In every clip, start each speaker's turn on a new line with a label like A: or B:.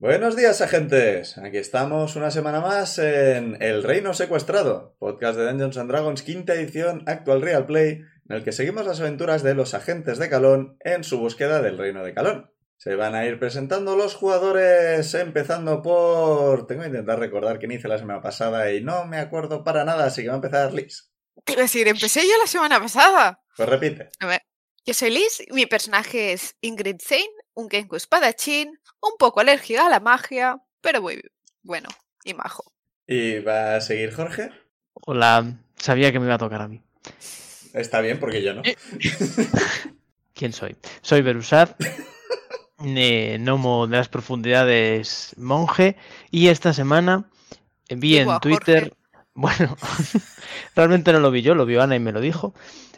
A: Buenos días, agentes. Aquí estamos una semana más en El Reino Secuestrado, podcast de Dungeons and Dragons, quinta edición, actual Real Play, en el que seguimos las aventuras de los agentes de Calón en su búsqueda del Reino de Calón. Se van a ir presentando los jugadores, empezando por. Tengo que intentar recordar quién hice la semana pasada y no me acuerdo para nada, así que va a empezar Liz.
B: Te iba a decir, empecé yo la semana pasada.
A: Pues repite.
B: A ver, Yo soy Liz, mi personaje es Ingrid Zane, un Kenku espadachín, un poco alérgica a la magia, pero muy bueno y majo.
A: Y va a seguir Jorge.
C: Hola, sabía que me iba a tocar a mí.
A: Está bien, porque yo no.
C: Eh, ¿Quién soy? Soy Berusad, eh, gnomo de las profundidades monje, y esta semana vi
B: Digo, a
C: en Twitter, bueno, realmente no lo vi yo, lo vio Ana y me lo dijo,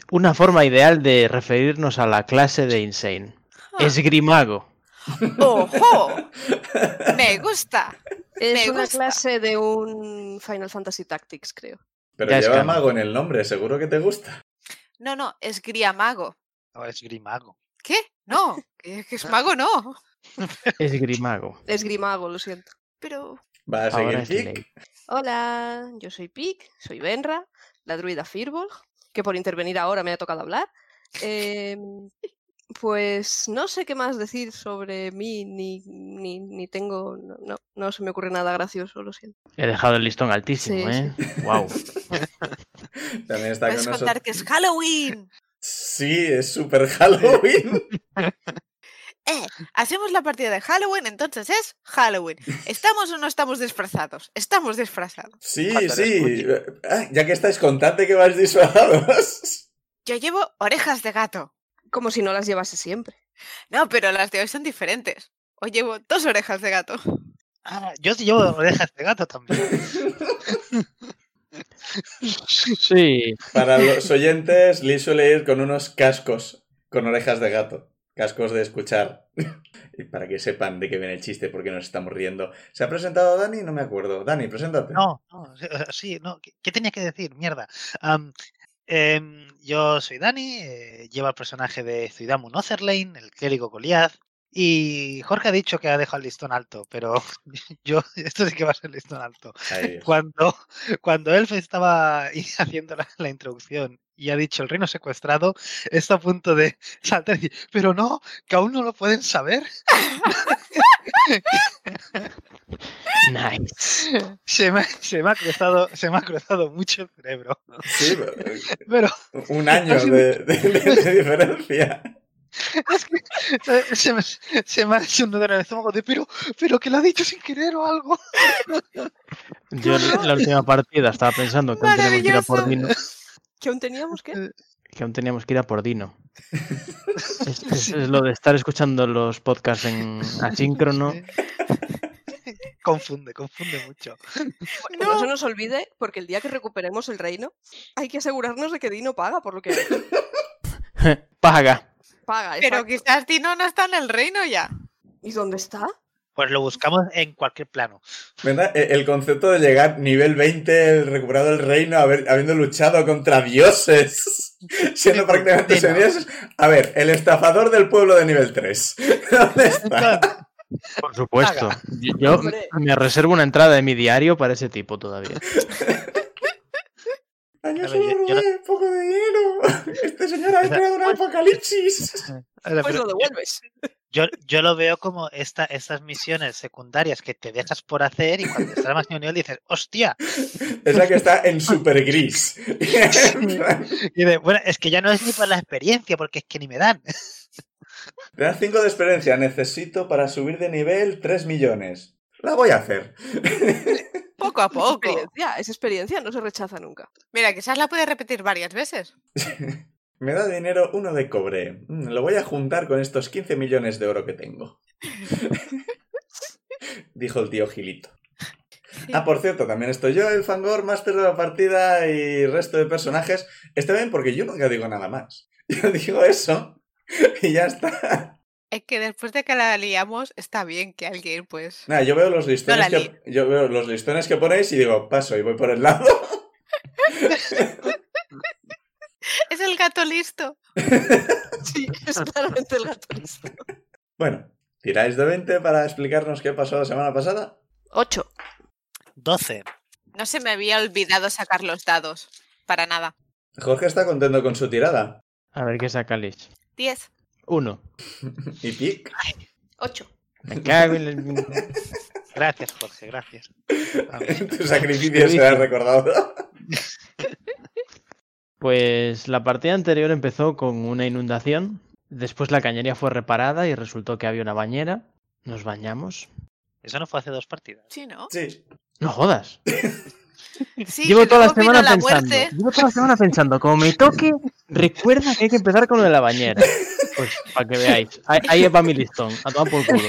C: una forma ideal de referirnos a la clase de Insane. Es Grimago.
B: ¡Ojo! Me gusta.
D: Es
B: Me
D: una
B: gusta.
D: clase de un Final Fantasy Tactics, creo.
A: Pero
C: Ya es
A: lleva
C: canon.
A: mago en el nombre, seguro que te gusta.
B: No, no, es Griamago.
E: No, es Grimago.
B: ¿Qué? No, que que es mago, no.
C: Es Grimago.
D: Ah, Es Grimago, lo siento.
B: Pero
A: Va a seguir
C: Ahora es
A: Kik.
C: Ley.
D: Hola, yo soy Pic, soy Benra, la druida Firbolg, que por intervenir ahora me ha tocado hablar. Em, pues no sé qué más decir sobre mí, ni, ni, ni tengo. No, no, no se me ocurre nada gracioso, lo siento.
C: He dejado el listón altísimo,
D: Sí,
C: ¿eh? Wow.
A: También está
B: puedes
A: con nosotros.
B: contar que es Halloween.
A: Sí, es super Halloween.
B: Eh, hacemos la partida de Halloween, entonces es Halloween. ¿Estamos o no estamos disfrazados? Estamos disfrazados.
A: Sí,
E: Cuando lo
A: sí.
E: escuche.
A: Ah, ya que estáis, contante que vais disfrazados.
B: Yo llevo orejas de gato.
D: Como si no las llevase siempre.
B: No, pero las de hoy son diferentes. Hoy llevo dos orejas de gato.
E: Ah, yo sí llevo orejas de este gato también.
C: Sí.
A: Para los oyentes, Liz suele ir con unos cascos con orejas de gato. Cascos de escuchar. Y para que sepan de qué viene el chiste, porque nos estamos riendo. ¿Se ha presentado Dani? No me acuerdo. Dani, preséntate.
E: No, no, sí, o sea, sí, no. ¿Qué, qué tenía que decir? Mierda. Am, em, yo soy Dani, eh, llevo el personaje de Zuidamu Notherlane, el clérigo Goliath. Y Jorge ha dicho que ha dejado el listón alto, pero yo, esto sí que va a ser listón alto.
A: Ahí.
E: Cuando, cuando Elf estaba ahí haciendo la, la introducción y ha dicho el reino secuestrado, está a punto de saltar y decir, pero no, que aún no lo pueden saber.
C: Nice.
E: Se me, se me ha cruzado, se me ha cruzado mucho el cerebro.
A: Sí,
E: Pero
A: un año de, de- de- de diferencia.
E: es que eh, se me, se me ha hecho un nudo en el estómago de pero, pero que lo ha dicho sin querer o algo.
C: Yo en la última partida estaba pensando que aún teníamos que ir a por
B: Maravilloso.
C: Dino.
D: ¿Que aún teníamos que?
E: Eh,
C: Que aún teníamos que ir a por Dino. Es, es- es lo de estar escuchando los podcasts en asíncrono.
E: Sí. Confunde, confunde mucho.
D: Que no se nos olvide, porque el día que recuperemos el reino, hay que asegurarnos de que Dino paga por lo que hace.
C: Paga.
D: paga.
B: Pero
D: exacto.
B: quizás Dino no está en el reino ya.
D: ¿Y dónde está?
E: Pues lo buscamos en cualquier plano.
A: ¿Verdad? E- El concepto de llegar nivel 20, recuperado el reino, haber- habiendo luchado contra dioses, siendo
E: Sí,
A: prácticamente
E: sí, no.
A: semidioses. A ver, el estafador del pueblo de nivel 3. ¿Dónde está?
C: Por supuesto. Yo
D: Hombre.
C: me reservo una entrada de mi diario para ese tipo todavía.
A: Ay, yo
E: A ver,
A: solo
E: yo- yo
A: robé poco de hielo. Este señor ha
E: O sea,
A: creado un apocalipsis.
E: Ahora,
D: Pues
E: pero
D: lo devuelves.
E: yo, yo lo veo como esta, estas misiones secundarias que te dejas por hacer y cuando estás a más nivel dices, hostia,
A: Es la que está en super gris. Te
E: Y de, bueno, es que ya no es ni por la experiencia, porque es que ni me dan.
A: da 5 de experiencia. Necesito para subir de nivel 3 millones. La voy a hacer.
B: Poco a
D: Es
B: poco.
D: experiencia, es experiencia, no se rechaza nunca. Mira,
B: Mira, quizás la puede repetir varias veces.
A: Me da dinero uno de cobre. Mm, Lo voy a juntar con estos 15 millones de oro que tengo. Dijo el tío Gilito.
B: Sí.
A: Ah, por cierto, también estoy yo, el Fangor, máster de la partida y resto de personajes. Está bien porque yo nunca digo nada más. Yo digo eso y ya está.
B: Es que después de que la liamos, está bien que alguien, pues.
A: Nada, yo veo los listones,
B: la
A: que, yo veo los listones que ponéis y digo, paso y voy por el lado.
B: Es el gato listo.
D: Sí, es claramente el gato listo.
A: Bueno, tiráis de 20 para explicarnos qué pasó la semana pasada.
D: 8.
E: 12.
B: No se me había olvidado sacar los dados. Para nada.
A: Jorge está contento con su tirada.
C: A ver qué saca Lich.
B: 10,
C: Uno.
A: Y Pic,
D: 8.
C: Me cago en el...
E: Gracias, Jorge, gracias.
A: tu sacrificio será recordado.
C: Pues la partida anterior empezó con una inundación. Después la cañería fue reparada y resultó que había una bañera. Nos bañamos.
E: Eso no fue hace dos partidas.
B: ¿sí, no?
A: Sí.
C: No jodas.
B: Sí,
C: Llevo
B: que
C: toda la
B: luego vino
C: semana pensando.
B: muerte.
C: Llevo toda la semana pensando. Como me toque, recuerda que hay que empezar con lo de la bañera. Pues para que veáis. Ahí, ahí va mi listón. A tomar por culo.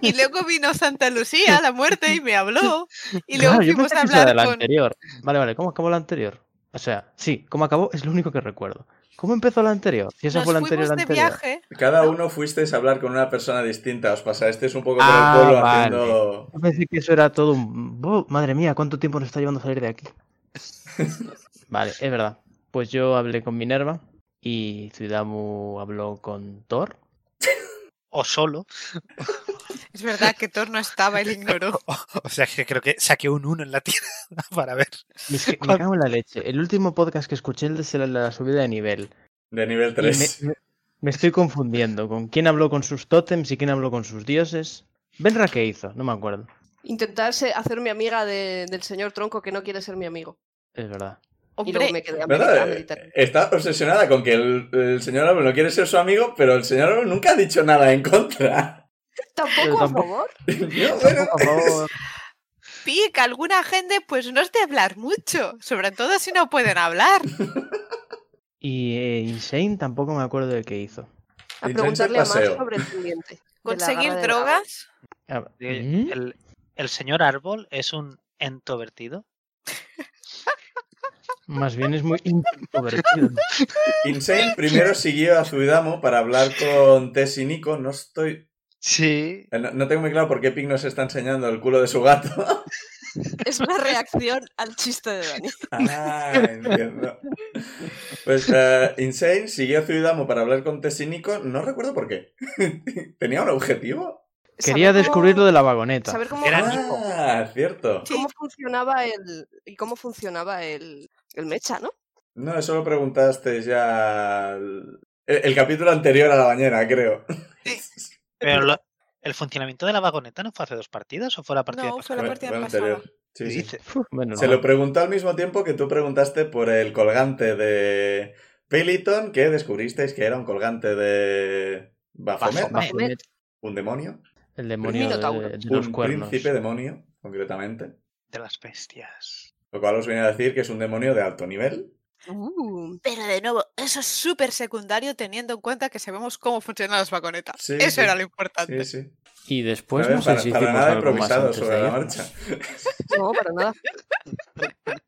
B: Y luego vino Santa Lucía, la muerte, y me habló. Y luego
C: Claro, Ah, yo
B: fuimos
C: pensé
B: a
C: que eso era
B: hablar
C: la
B: con.
C: anterior. Vale, vale. ¿Cómo acabó la anterior? O sea, sí. ¿Cómo acabó? Es lo único que recuerdo. ¿Cómo empezó la anterior? Si esa
B: Nos
C: fue la
B: fuimos
C: anterior, la
B: de
C: anterior.
B: viaje.
A: Cada uno fuisteis a hablar con una persona distinta. Os pasasteis un poco por
C: Ah,
A: el pueblo
C: vale.
A: haciendo.
C: Yo pensé que eso era todo un... ¡Oh, madre mía, ¿cuánto tiempo nos está llevando salir de aquí? vale, es verdad. Pues yo hablé con Minerva y Zuidamu habló con Thor.
E: O solo.
B: Es verdad que Thor no estaba, él ignoró.
E: O sea, que creo que saqué un 1 en la tirada para ver.
C: Me, es que- me cago en la leche. El último podcast que escuché el de la, la subida de nivel.
A: de nivel
C: Y
A: 3.
C: Me, me- me estoy confundiendo con quién habló con sus tótems y quién habló con sus dioses. Benra, ¿qué hizo? No me acuerdo.
D: Intentarse hacerme amiga de- del señor tronco que no quiere ser mi amigo.
C: Es verdad.
D: Y luego
B: Hombre,
D: me quedé a meditar. a
A: ¿Verdad?
D: meditar.
A: Está obsesionada con que el, el señor Álvaro no quiere ser su amigo, pero el señor Álvaro nunca ha dicho nada en contra.
C: Yo
D: ¿Tampoco a
C: tampoco.
D: favor?
A: Yo, bueno,
C: Por favor.
B: Pic, alguna gente, pues no es de hablar mucho. Sobre todo si no pueden hablar.
C: Y eh, Insane tampoco me acuerdo de qué hizo.
D: A
A: Intentar
D: preguntarle a más
A: paseo.
D: sobre el pendiente. de la
B: Conseguir
D: garra de dragón.
B: drogas.
C: Ah,
E: Eh,
C: ¿mm?
E: El, el señor árbol es un entovertido.
C: mm, Más bien es muy introvertido.
A: Insane primero siguió a Zuidamo para hablar con Tess y Nico. No estoy.
E: Sí.
A: eh, No, no tengo muy claro por qué Pig nos está enseñando el culo de su gato.
D: Es una reacción al chiste de Dani.
A: Ah, entiendo. Pues eh, Insane siguió a Zuidamo para hablar con Tess y Nico. No recuerdo por qué. ¿Tenía un objetivo?
C: Quería
D: Saber
C: descubrir
D: cómo-
C: lo de la vagoneta.
D: Saber cómo,
E: Era
D: cómo-
E: Nico.
A: Ah, cierto.
D: cómo funcionaba el. y cómo funcionaba el. el mecha, ¿no?
A: No, eso lo preguntaste ya. El, el capítulo anterior a la bañera, creo.
E: Pero lo- el funcionamiento de la vagoneta no fue hace dos partidas o fue la partida
B: No,
E: pasada?
B: fue la
A: Fue-
B: partida
A: fue el
B: pasada.
A: anterior. Sí,
E: ¿Qué
A: sí.
E: dices?
C: Uf, Bueno,
A: Se
C: no.
A: lo preguntó al mismo tiempo que tú preguntaste por el colgante de Peliton, que descubristeis que era un colgante de Baphomet,
E: Baphomet.
C: Baphomet,
A: un demonio,
C: el demonio de,
D: Minotauro.
C: de los
A: un
C: cuernos.
A: príncipe demonio, concretamente.
E: De las bestias.
A: Lo cual os viene a decir que es un demonio de alto nivel.
D: Uh,
B: Pero de nuevo, eso es súper secundario teniendo en cuenta que sabemos cómo funcionan las vagonetas.
A: Sí,
B: eso
A: sí.
B: era lo importante.
A: Sí, sí.
C: Y después
A: A ver,
C: Pues no sé
A: para,
C: si
A: para
C: hicimos
A: nada
C: algo más
A: improvisado
C: antes
A: sobre
C: de
A: la
C: ello.
A: marcha.
D: no, para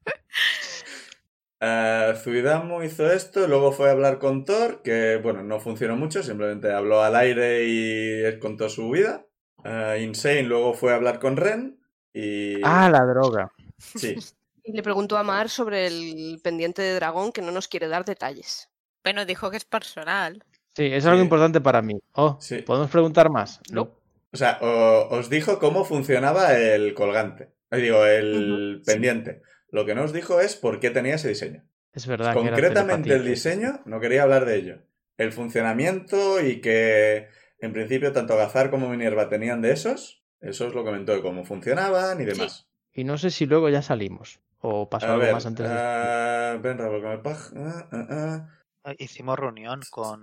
D: nada.
A: Eh, Zuidamo hizo esto, luego fue a hablar con Thor, que bueno, no funcionó mucho, simplemente habló al aire y contó su vida. Eh, Insane luego fue a hablar con Ren y...
C: Ah, la droga.
A: Sí,
D: Y le preguntó a Mar sobre el pendiente de dragón que no nos quiere dar detalles.
B: Bueno, dijo que es personal.
C: Sí, es algo
A: Sí.
C: importante para mí. Oh,
A: Sí.
C: ¿podemos preguntar más?
D: No.
A: O sea, o- os dijo cómo funcionaba el colgante. Eh, Digo, el pendiente. Lo que no os dijo es por qué tenía ese diseño.
C: Es verdad que era
A: Concretamente el
C: telepatía.
A: diseño, no quería hablar de ello. El funcionamiento y que en principio tanto Gazar como Minerva tenían de esos. Eso os lo comentó de cómo funcionaban y demás.
C: Y no sé si luego ya salimos. O pasó
A: A
C: algo
A: ver,
C: más antes de...
A: ah, Benra, porque me paj- ah, ah, ah.
E: Ah, Hicimos reunión con.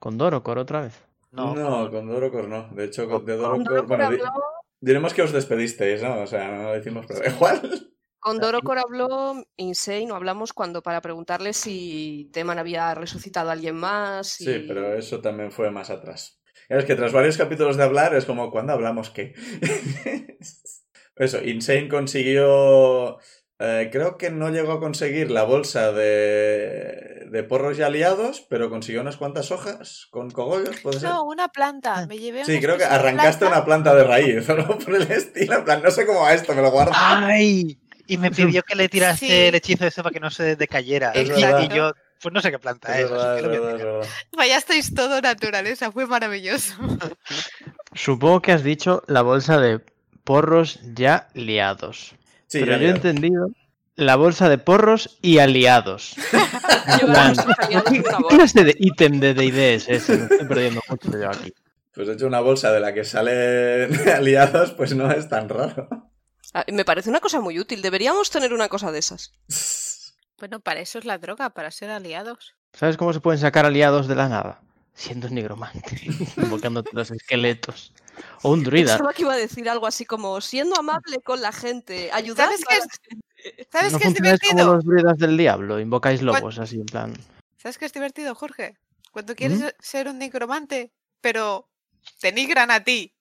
C: Con Dorocor otra vez.
E: No,
A: No, con Dorocor no. De hecho, con- de
E: Con
A: Dorocor...
D: Dorocor
A: bueno, di-
D: habló-
A: diremos que os despedisteis, ¿no? O sea, no lo decimos, pero igual.
D: Con Dorocor habló Insane, o hablamos cuando para preguntarle si Teman había resucitado a alguien más.
A: Sí,
D: y-
A: pero eso también fue más atrás. Es que tras varios capítulos de hablar es como, ¿cuándo hablamos qué? Eso, Insane consiguió. eh, creo que no llegó a conseguir la bolsa de, de porros ya liados, pero consiguió unas cuantas hojas con cogollos, ¿puede ser?
B: No, una planta. Me llevé
A: Pues, eh, sí,
B: una
A: creo que
B: especie de
A: arrancaste
B: planta.
A: una planta de raíz, ¿no? Por el estilo, en plan, no sé cómo va esto, me lo guardo.
C: Ah,
E: ¡Ay! Y me pidió que le tirase
B: Sí.
E: el hechizo ese para que no se decayera.
A: Es
E: Y-
A: verdad.
E: y yo, pues no sé qué planta
A: Es
E: es. así
A: verdad,
E: que
A: es
E: lo voy a
A: verdad, es
E: tirar.
A: verdad.
B: Fallasteis todo naturaleza, fue maravilloso.
C: Supongo que has dicho la bolsa de porros ya liados.
A: Sí, ya
C: pero yo he
A: liado.
C: entendido la bolsa de porros y aliados.
D: Llevamos
C: Plan, ¿Qué, qué
D: favor.
C: clase de ítem de D&D es ese? Me estoy perdiendo mucho yo aquí.
A: Pues de hecho, una bolsa de la que salen aliados, pues no es tan raro.
D: Ah, Me parece una cosa muy útil. Deberíamos tener una cosa de esas.
B: Bueno, para eso es la droga, para ser aliados.
C: ¿Sabes cómo se pueden sacar aliados de la nada? Siendo un nigromante, invocándote los esqueletos. O un druida.
D: Pensaba que iba a decir algo así como siendo amable con la gente, ayudar.
B: ¿Sabes qué
D: a-
B: es, ¿sabes
C: no
B: qué es
C: funcionáis
B: divertido?
C: como los druidas del diablo, invocáis lobos así en plan.
B: ¿Sabes qué es divertido, Jorge? Cuando quieres ser un necromante, pero te nigran a ti.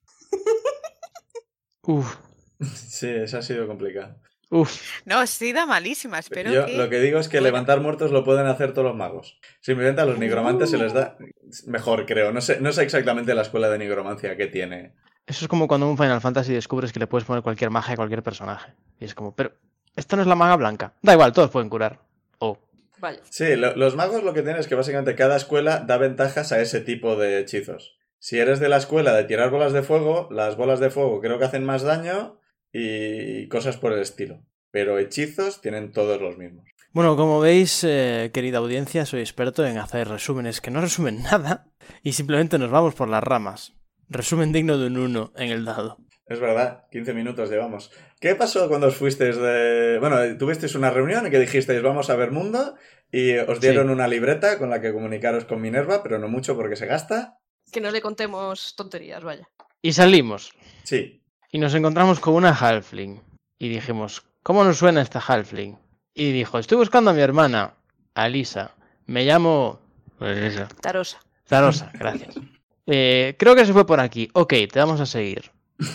C: Uf,
A: Sí, eso ha sido complicado.
C: uf.
B: No, sí da malísima, espero
A: Yo
B: que...
A: lo que digo es que levantar muertos lo pueden hacer todos los magos. Simplemente a los nigromantes se les da mejor, creo. No sé, no sé exactamente la escuela de nigromancia que tiene.
C: Eso es como cuando en un Final Fantasy descubres que le puedes poner cualquier magia a cualquier personaje. Y es como, pero esta no es la maga blanca. Da igual, todos pueden curar. O
D: Vaya.
A: Sí, lo- los magos lo que tienen es que básicamente cada escuela da ventajas a ese tipo de hechizos. Si eres de la escuela de tirar bolas de fuego, las bolas de fuego creo que hacen más daño y cosas por el estilo. Pero hechizos tienen todos los mismos.
F: Bueno, como veis, eh, querida audiencia, soy experto en hacer resúmenes que no resumen nada y simplemente nos vamos por las ramas. Resumen digno de un 1 en el dado.
A: Es verdad, 15 minutos llevamos. ¿Qué pasó cuando os fuisteis de... Bueno, tuvisteis una reunión en que dijisteis vamos a ver mundo y os dieron una libreta con la que comunicaros con Minerva, pero no mucho porque se gasta.
D: Que no le contemos tonterías, vaya.
C: Y salimos.
A: Sí.
C: Y nos encontramos con una halfling. Y dijimos, ¿cómo nos suena esta halfling? Y dijo, estoy buscando a mi hermana, Alisa. Me llamo... Alisa.
D: Tarosa.
C: Zarosa, gracias. Eh, creo que se fue por aquí. Ok, te vamos a seguir.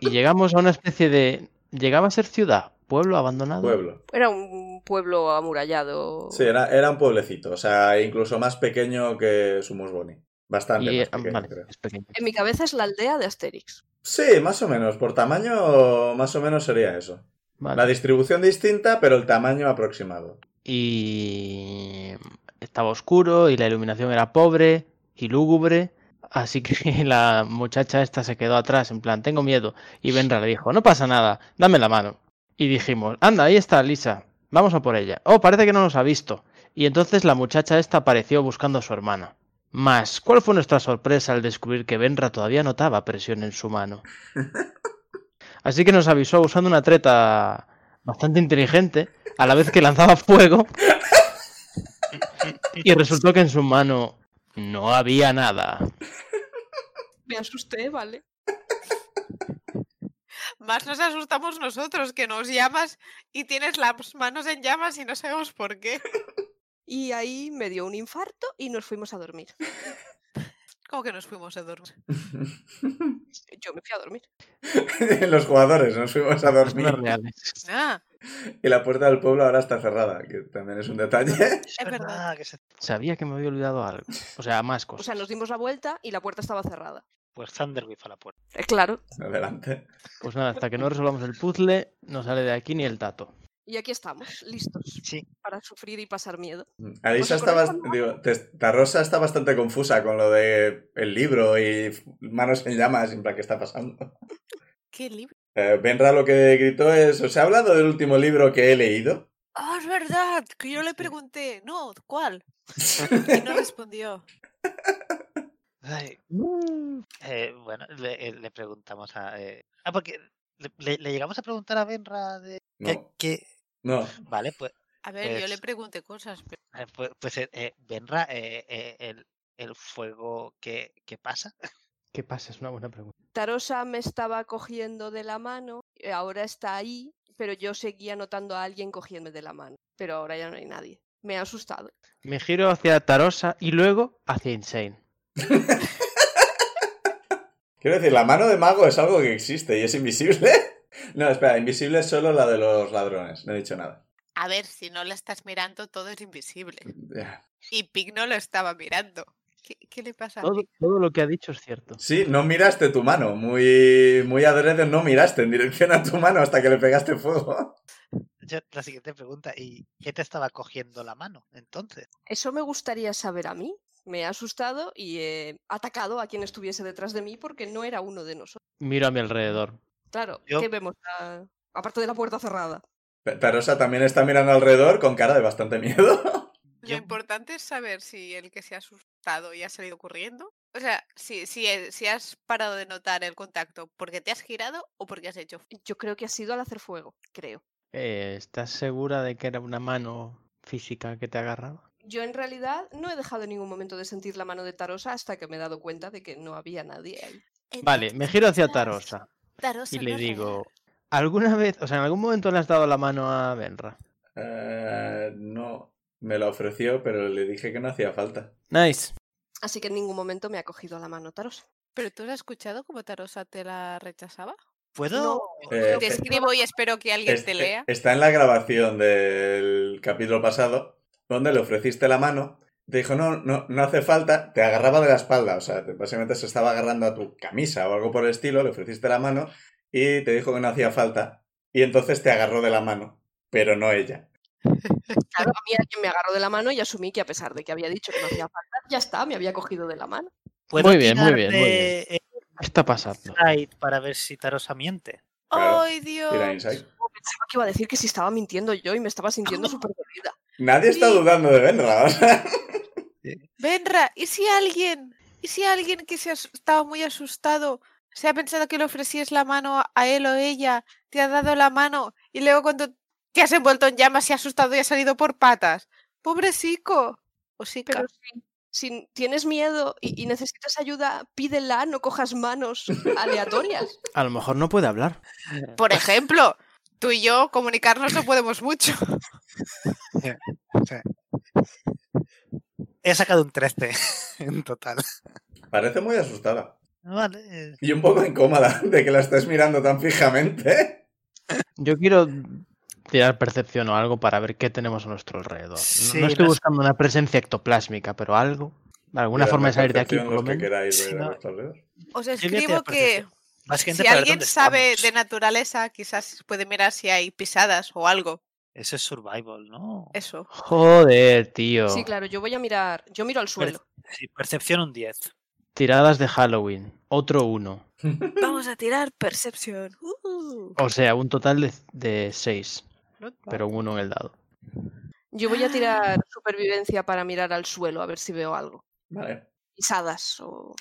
C: Y llegamos a una especie de... ¿Llegaba a ser ciudad? ¿Pueblo abandonado?
A: Pueblo.
D: Era un pueblo amurallado.
A: Sí, era, era un pueblecito, o sea, incluso más pequeño que Sumusboni. Bastante
C: Y-
A: más
C: ah,
A: pequeño,
C: vale,
A: creo.
C: es pequeño.
D: En mi cabeza es la aldea de Asterix.
A: Sí, más o menos. Por tamaño, más o menos sería eso.
C: Vale.
A: La distribución distinta, pero el tamaño aproximado.
C: Y estaba oscuro y la iluminación era pobre y lúgubre. Así que la muchacha esta se quedó atrás, en plan, tengo miedo. Y Benra le dijo, no pasa nada, dame la mano. Y dijimos, anda, ahí está Lisa, vamos a por ella. Oh, parece que no nos ha visto. Y entonces la muchacha esta apareció buscando a su hermana. Mas, ¿cuál fue nuestra sorpresa al descubrir que Benra todavía notaba presión en su mano? Así que nos avisó usando una treta bastante inteligente, a la vez que lanzaba fuego. Y resultó que en su mano no había nada.
D: Me asusté, vale.
B: Más nos asustamos nosotros, que nos llamas y tienes las manos en llamas y no sabemos por qué.
D: Y ahí me dio un infarto y nos fuimos a dormir.
B: Como que nos fuimos a dormir.
D: Yo me fui a dormir.
A: Los jugadores nos fuimos a
C: Las cosas
A: dormir.
C: reales.
B: Ah,
A: Y la puerta del pueblo ahora está cerrada, que también es un detalle.
E: Es
B: verdad.
E: verdad Ah, que se-
C: Sabía que me había olvidado algo. O sea, más
D: O
C: cosas.
D: sea, nos dimos la vuelta y la puerta estaba cerrada.
E: Pues Thunderwave a la puerta.
D: Eh, claro.
A: Adelante.
C: Pues nada, hasta que no resolvamos el puzzle, no sale de aquí ni el tato.
D: Y aquí estamos, listos
E: Sí.
D: para sufrir y pasar miedo.
A: Alisa
D: ¿Os
A: está,
D: acordáis
A: bas- digo, te- la Rosa está bastante confusa con lo de el libro y f- manos en llamas, en plan, ¿qué está pasando?
B: qué libro.
A: Eh, Benra lo que gritó es, ¿os he hablado del último libro que he leído?
B: Ah, es verdad, que yo le pregunté, no, ¿cuál? Y no respondió.
E: Ay, eh, bueno, le, eh, le preguntamos a. eh, Ah, porque le, le- le llegamos a preguntar a Benra de. ¿Qué?
A: No,
E: qué-
A: no.
E: Vale, pues,
B: A ver, yo le
E: Es-
B: pregunté cosas, pero
E: eh, pues, pues, eh, eh, Benra, eh, eh, el, el fuego que, que pasa.
C: ¿Qué pasa? Es una buena pregunta.
D: Tarosa me estaba cogiendo de la mano, eh, ahora está ahí, pero yo seguía notando a alguien cogiéndome de la mano. Pero ahora ya no hay nadie. Me ha asustado.
C: Me giro hacia Tarosa y luego hacia Insane.
A: Quiero decir, la mano de mago es algo que existe y es invisible. No, espera, invisible es solo la de los ladrones, no he dicho nada.
B: A ver, si no la estás mirando, todo es invisible.
A: Ya.
B: Y Pig no lo estaba mirando. ¿Qué, qué le pasa a
C: Todo,
B: Pig?
C: todo lo que ha dicho es cierto.
A: Sí, no miraste tu mano, muy, muy adrede no miraste en dirección a tu mano hasta que le pegaste fuego.
E: Yo- la siguiente pregunta, ¿y qué te estaba cogiendo la mano entonces?
D: Eso me gustaría saber a mí. Me ha asustado y he atacado a quien estuviese detrás de mí porque no era uno de nosotros.
C: Miro a mi alrededor.
D: Claro,
E: Yo-
D: ¿qué vemos? Ah, Aparte de la puerta cerrada.
A: Pe- Pero esa también está mirando alrededor con cara de bastante miedo.
B: Lo importante es saber si el que se ha asustado y ha salido corriendo. O sea, si, si, eh, si has parado de notar el contacto porque te has girado o porque has hecho.
D: Yo creo que ha sido al hacer fuego, creo.
C: Eh, ¿Estás segura de que era una mano física que te agarraba?
D: Yo en realidad no he dejado en ningún momento de sentir la mano de Tarosa hasta que me he dado cuenta de que no había nadie ahí.
C: Vale, me giro hacia Tarosa
B: eh, Tarosa
C: y
B: no
C: le
B: es real.
C: digo, ¿alguna vez, o sea, en algún momento le has dado la mano a Benra?
A: Eh, no, me la ofreció, pero le dije que no hacía falta.
F: Nice.
D: Así que en ningún momento me ha cogido la mano Tarosa.
B: ¿Pero tú lo has escuchado como Tarosa te la rechazaba?
E: ¿Puedo?
A: Eh,
B: Te
A: eh,
B: escribo y espero que alguien
C: este,
A: Es-
B: te
A: eh,
B: lea.
A: Está en la grabación del capítulo pasado, donde le ofreciste la mano. Te dijo, no, no, no hace falta, te agarraba de la espalda, o sea, te- básicamente se estaba agarrando a tu camisa o algo por el estilo, le ofreciste la mano y te dijo que no hacía falta. Y entonces te agarró de la mano, pero no ella.
D: Claro, a mí alguien me agarró de la mano y asumí que a pesar de que había dicho que no hacía falta, ya está, me había cogido de la mano.
E: ¿Puedo
C: Muy bien, muy
E: tirar
C: bien, muy
E: de
C: ¿Qué está pasando?
E: Insight para ver si Tarosa miente?
A: Claro.
B: ¡Ay, Dios!
A: Tira insight.
D: Pensaba que iba a decir que si estaba mintiendo yo y me estaba sintiendo súper dolida.
A: Nadie está
B: Sí.
A: dudando de Benra, o sea.
B: Benra, ¿y si alguien, y si alguien que se as- estaba muy asustado se ha pensado que le ofrecías la mano a- a él o ella, te ha dado la mano y luego cuando te has envuelto en llamas se ha asustado y ha salido por patas? ¡Pobrecico! O sí,
D: Pero si, si tienes miedo y, y necesitas ayuda, pídela, no cojas manos aleatorias.
F: A lo mejor no puede hablar.
B: por
E: pues
B: ejemplo, tú y yo comunicarnos no podemos mucho.
E: He sacado un 13 en total.
A: Parece muy asustada.
E: Vale. eh,
A: Y un poco incómoda de que la estés mirando tan fijamente.
C: Yo quiero tirar percepción o algo para ver qué tenemos a nuestro alrededor. No-
E: Sí,
C: No, estoy
E: las-
C: buscando una presencia ectoplásmica, pero algo, alguna
A: Tirad
C: forma de salir de aquí,
A: percepción
C: por lo
A: los que
C: menos.
A: queráis
E: Sí,
A: ver a
E: no.
A: vuestro alrededor.
B: Os
E: yo voy a
B: escribo
E: tirar
B: que
E: percepción. Básicamente
B: si
E: para ver
B: alguien
E: dónde
B: sabe de
E: estamos.
B: naturaleza, quizás puede mirar si hay pisadas o algo.
E: Eso es survival, ¿no?
B: Eso.
C: Joder, tío.
D: Sí, claro, yo voy a mirar, yo miro al suelo.
E: Sí, percepción un 10.
C: Tiradas de Halloween, otro uno.
B: Vamos a tirar percepción.
C: O sea, un total de, de seis, pero un uno en el dado.
D: Yo voy a tirar supervivencia para mirar al suelo, a ver si veo algo.
A: Vale.
D: Pisadas o...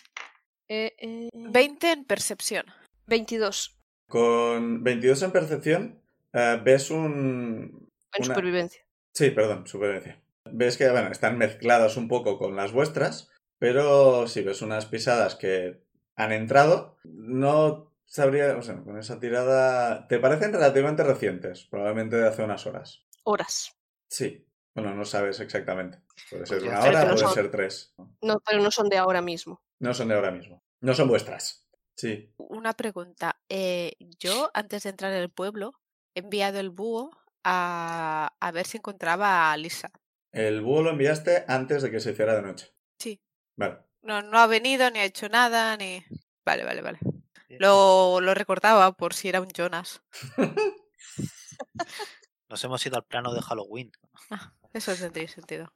D: Eh, eh,
B: 20 en percepción.
D: 22
A: Con 22 en percepción, eh, ves un...
D: en
A: Una-
D: supervivencia.
A: Sí, perdón, supervivencia. Ves que, bueno, están mezcladas un poco con las vuestras, pero si ves unas pisadas que han entrado, no sabría... O sea, con esa tirada... Te parecen relativamente recientes, probablemente de hace unas horas.
D: Horas.
A: Sí. Bueno, no sabes exactamente. Puede ser
E: Podría
A: una
E: ser que
A: hora,
E: no
A: puede
D: son.
A: ser tres.
D: No, pero no son de ahora mismo.
A: No son de ahora mismo. No son vuestras. Sí.
B: Una pregunta. eh, yo, antes de entrar en el pueblo, he enviado el búho a, a ver si encontraba a Lisa.
A: El búho lo enviaste antes de que se hiciera de noche.
B: Sí.
A: Vale.
B: No, no ha venido, ni ha hecho nada, ni... Vale, vale, vale.
E: Eh,
B: Lo, lo recordaba por si era un Jonas.
E: Nos hemos ido al plano de Halloween.
B: Eso tendría sentido.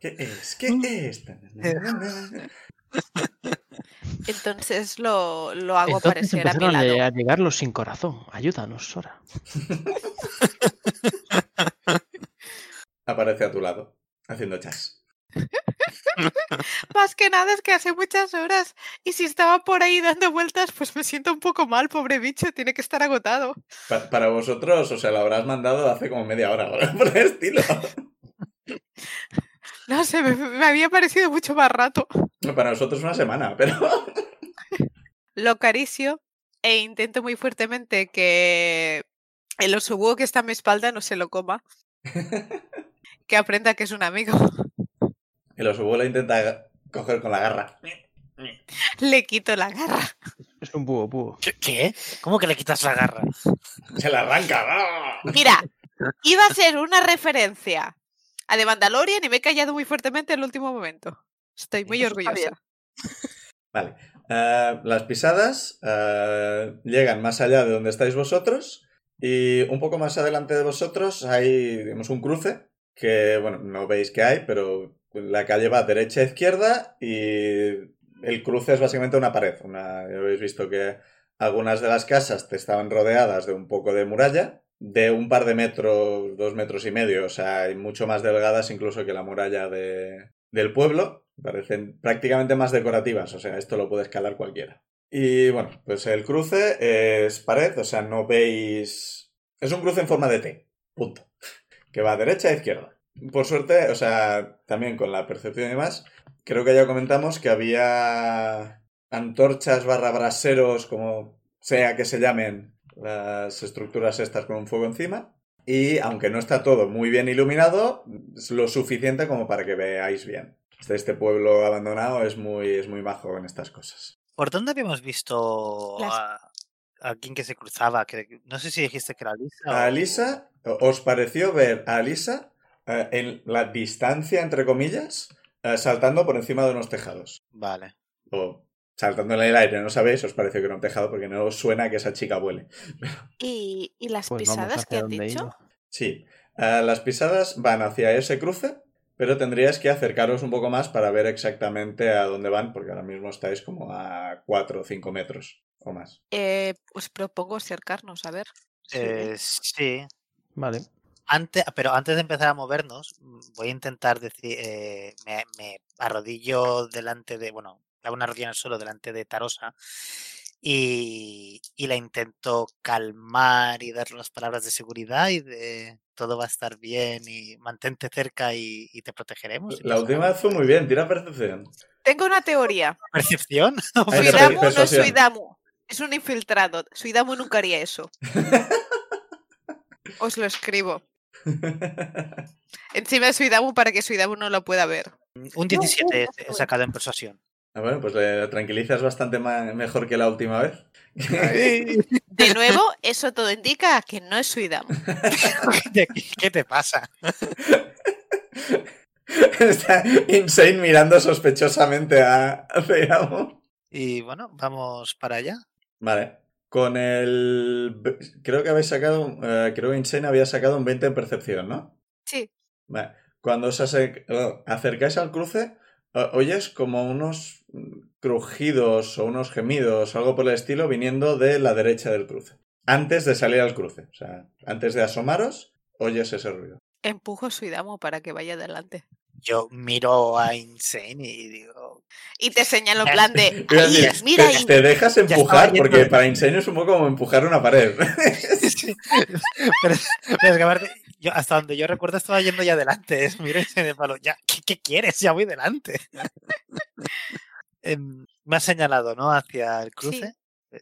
A: ¿Qué es? ¿Qué es?
B: Entonces lo, lo hago
C: Entonces
B: aparecer a mi
C: empezaron a
B: lado.
C: lle- a llegar los sin corazón. Ayúdanos, Sora.
A: Aparece a tu lado, haciendo chas.
B: Más que nada es que hace muchas horas y si estaba por ahí dando vueltas, pues me siento un poco mal, pobre bicho, tiene que estar agotado.
A: Pa- para vosotros, o sea, lo habrás mandado hace como media hora, o algo por el estilo.
B: No sé, me, me había parecido mucho más rato.
A: Para nosotros una semana, pero...
B: Lo acaricio e intento muy fuertemente que el osubu que está a mi espalda no se lo coma, que aprenda que es un amigo.
A: El osubuelo intenta ag- coger con la garra.
B: Le quito la garra.
C: Es un búho, búho.
E: ¿Qué- ¿Qué? ¿Cómo que le quitas la garra?
A: Se la arranca. ¡ah!
B: Mira, iba a ser una referencia a The Mandalorian y me he callado muy fuertemente en el último momento. Estoy muy
D: Eso está bien.
B: orgullosa.
A: Vale. Eh, las pisadas eh, llegan más allá de donde estáis vosotros y un poco más adelante de vosotros hay, digamos, un cruce que, bueno, no veis que hay, pero la calle va derecha a izquierda y el cruce es básicamente una pared. Una, ya habéis visto que algunas de las casas te estaban rodeadas de un poco de muralla, de un par de metros, dos metros y medio, o sea, y mucho más delgadas incluso que la muralla de, del pueblo. Parecen prácticamente más decorativas, o sea, esto lo puede escalar cualquiera. Y bueno, pues el cruce es pared, o sea, no veis... Es un cruce en forma de T, punto. Que va derecha e izquierda. Por suerte, o sea, también con la percepción y demás, creo que ya comentamos que había antorchas barra braseros, como sea que se llamen, las estructuras estas con un fuego encima. Y aunque no está todo muy bien iluminado, es lo suficiente como para que veáis bien. Este, este pueblo abandonado es muy, es muy bajo en estas cosas.
E: ¿Por dónde habíamos visto
B: Las-
E: a alguien que se cruzaba? Que, no sé si dijiste que era Lisa.
A: A
E: o-
A: Alisa, ¿os pareció ver a Alisa eh, en la distancia, entre comillas, eh, saltando por encima de unos tejados?
E: Vale.
A: O saltando en el aire, no sabéis, os pareció que era un tejado porque no os suena que esa chica vuele.
B: ¿Y, y las
C: Pues vamos
B: pisadas que
C: hacia
B: han
C: donde
B: dicho?
C: iba.
A: Sí, eh, las pisadas van hacia ese cruce, pero tendríais que acercaros un poco más para ver exactamente a dónde van, porque ahora mismo estáis como a 4 o 5 metros o más.
B: Eh, os propongo acercarnos, a ver.
E: Eh, sí.
C: Vale.
E: Antes, pero antes de empezar a movernos, mm, voy a intentar decir. eh, me, me arrodillo delante de. Bueno, hago una rodilla en el suelo delante de Tarosa. Y, y la intento calmar y darle unas palabras de seguridad y de todo va a estar bien y mantente cerca y, y te protegeremos. y
A: La
E: ya
A: última
E: está.
A: vez fue muy bien, tira percepción.
B: Tengo una teoría.
E: percepción.
A: Ahí está,
B: Suidamu no es
A: persuasión.
B: Suidamu. Es un infiltrado. Suidamu nunca haría eso. Os lo escribo. Encima de Suidamu para que Suidamu no lo pueda ver.
E: Un 17 he- he sacado en persuasión.
A: Ah, bueno, pues le tranquilizas bastante ma- mejor que la última vez.
B: De nuevo, eso todo indica que no es Suidamu.
E: ¿Qué te- ¿Qué te pasa?
A: Está Insane mirando sospechosamente a a Suidamu.
E: Y bueno, vamos para allá.
A: Vale. Con el... Creo que habéis sacado... eh, creo que Insane había sacado un 20 en percepción, ¿no?
B: Sí.
A: Vale. Cuando os acer- eh, acercáis al cruce, eh, oyes como unos mm, crujidos o unos gemidos, algo por el estilo, viniendo de la derecha del cruce. Antes de salir al cruce, o sea, antes de asomaros, oyes ese ruido.
B: Empujo a Suidamu para que vaya adelante.
E: Yo miro a Insane y digo,
B: Y te señalo en plan de.
A: Iba a
B: "Ahí,
A: decir,
B: mira
A: te,
B: ahí.
A: te dejas
E: estaba
A: empujar,
E: yendo
A: porque
E: de-
A: para incendio es un poco como empujar una pared.
E: pero, pero es que aparte, yo, hasta donde yo recuerdo estaba yendo ya adelante. Es, miro a Insane de palo, ya, ¿qué, qué quieres? Ya voy delante. Em, me has señalado, ¿no? Hacia el cruce. eh,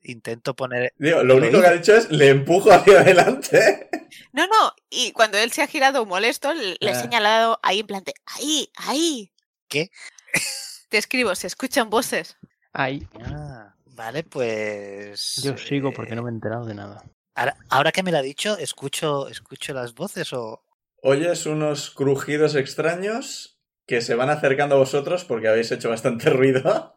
E: Intento poner...
A: Digo, lo
E: Lo
A: único que ha dicho es, le empujo hacia adelante.
B: No, no. Y cuando él se ha girado molesto, le le he
A: Ah.
B: señalado ahí en plan de. Ahí, ahí.
E: ¿Qué?
B: Te escribo, se escuchan voces.
C: Ahí.
E: Ah, vale, pues...
C: Yo sigo porque
E: eh,
C: no me he enterado de nada.
E: Ahora, ahora que me lo ha dicho, escucho, escucho las voces o...
A: Oyes unos crujidos extraños que se van acercando a vosotros porque habéis hecho bastante ruido.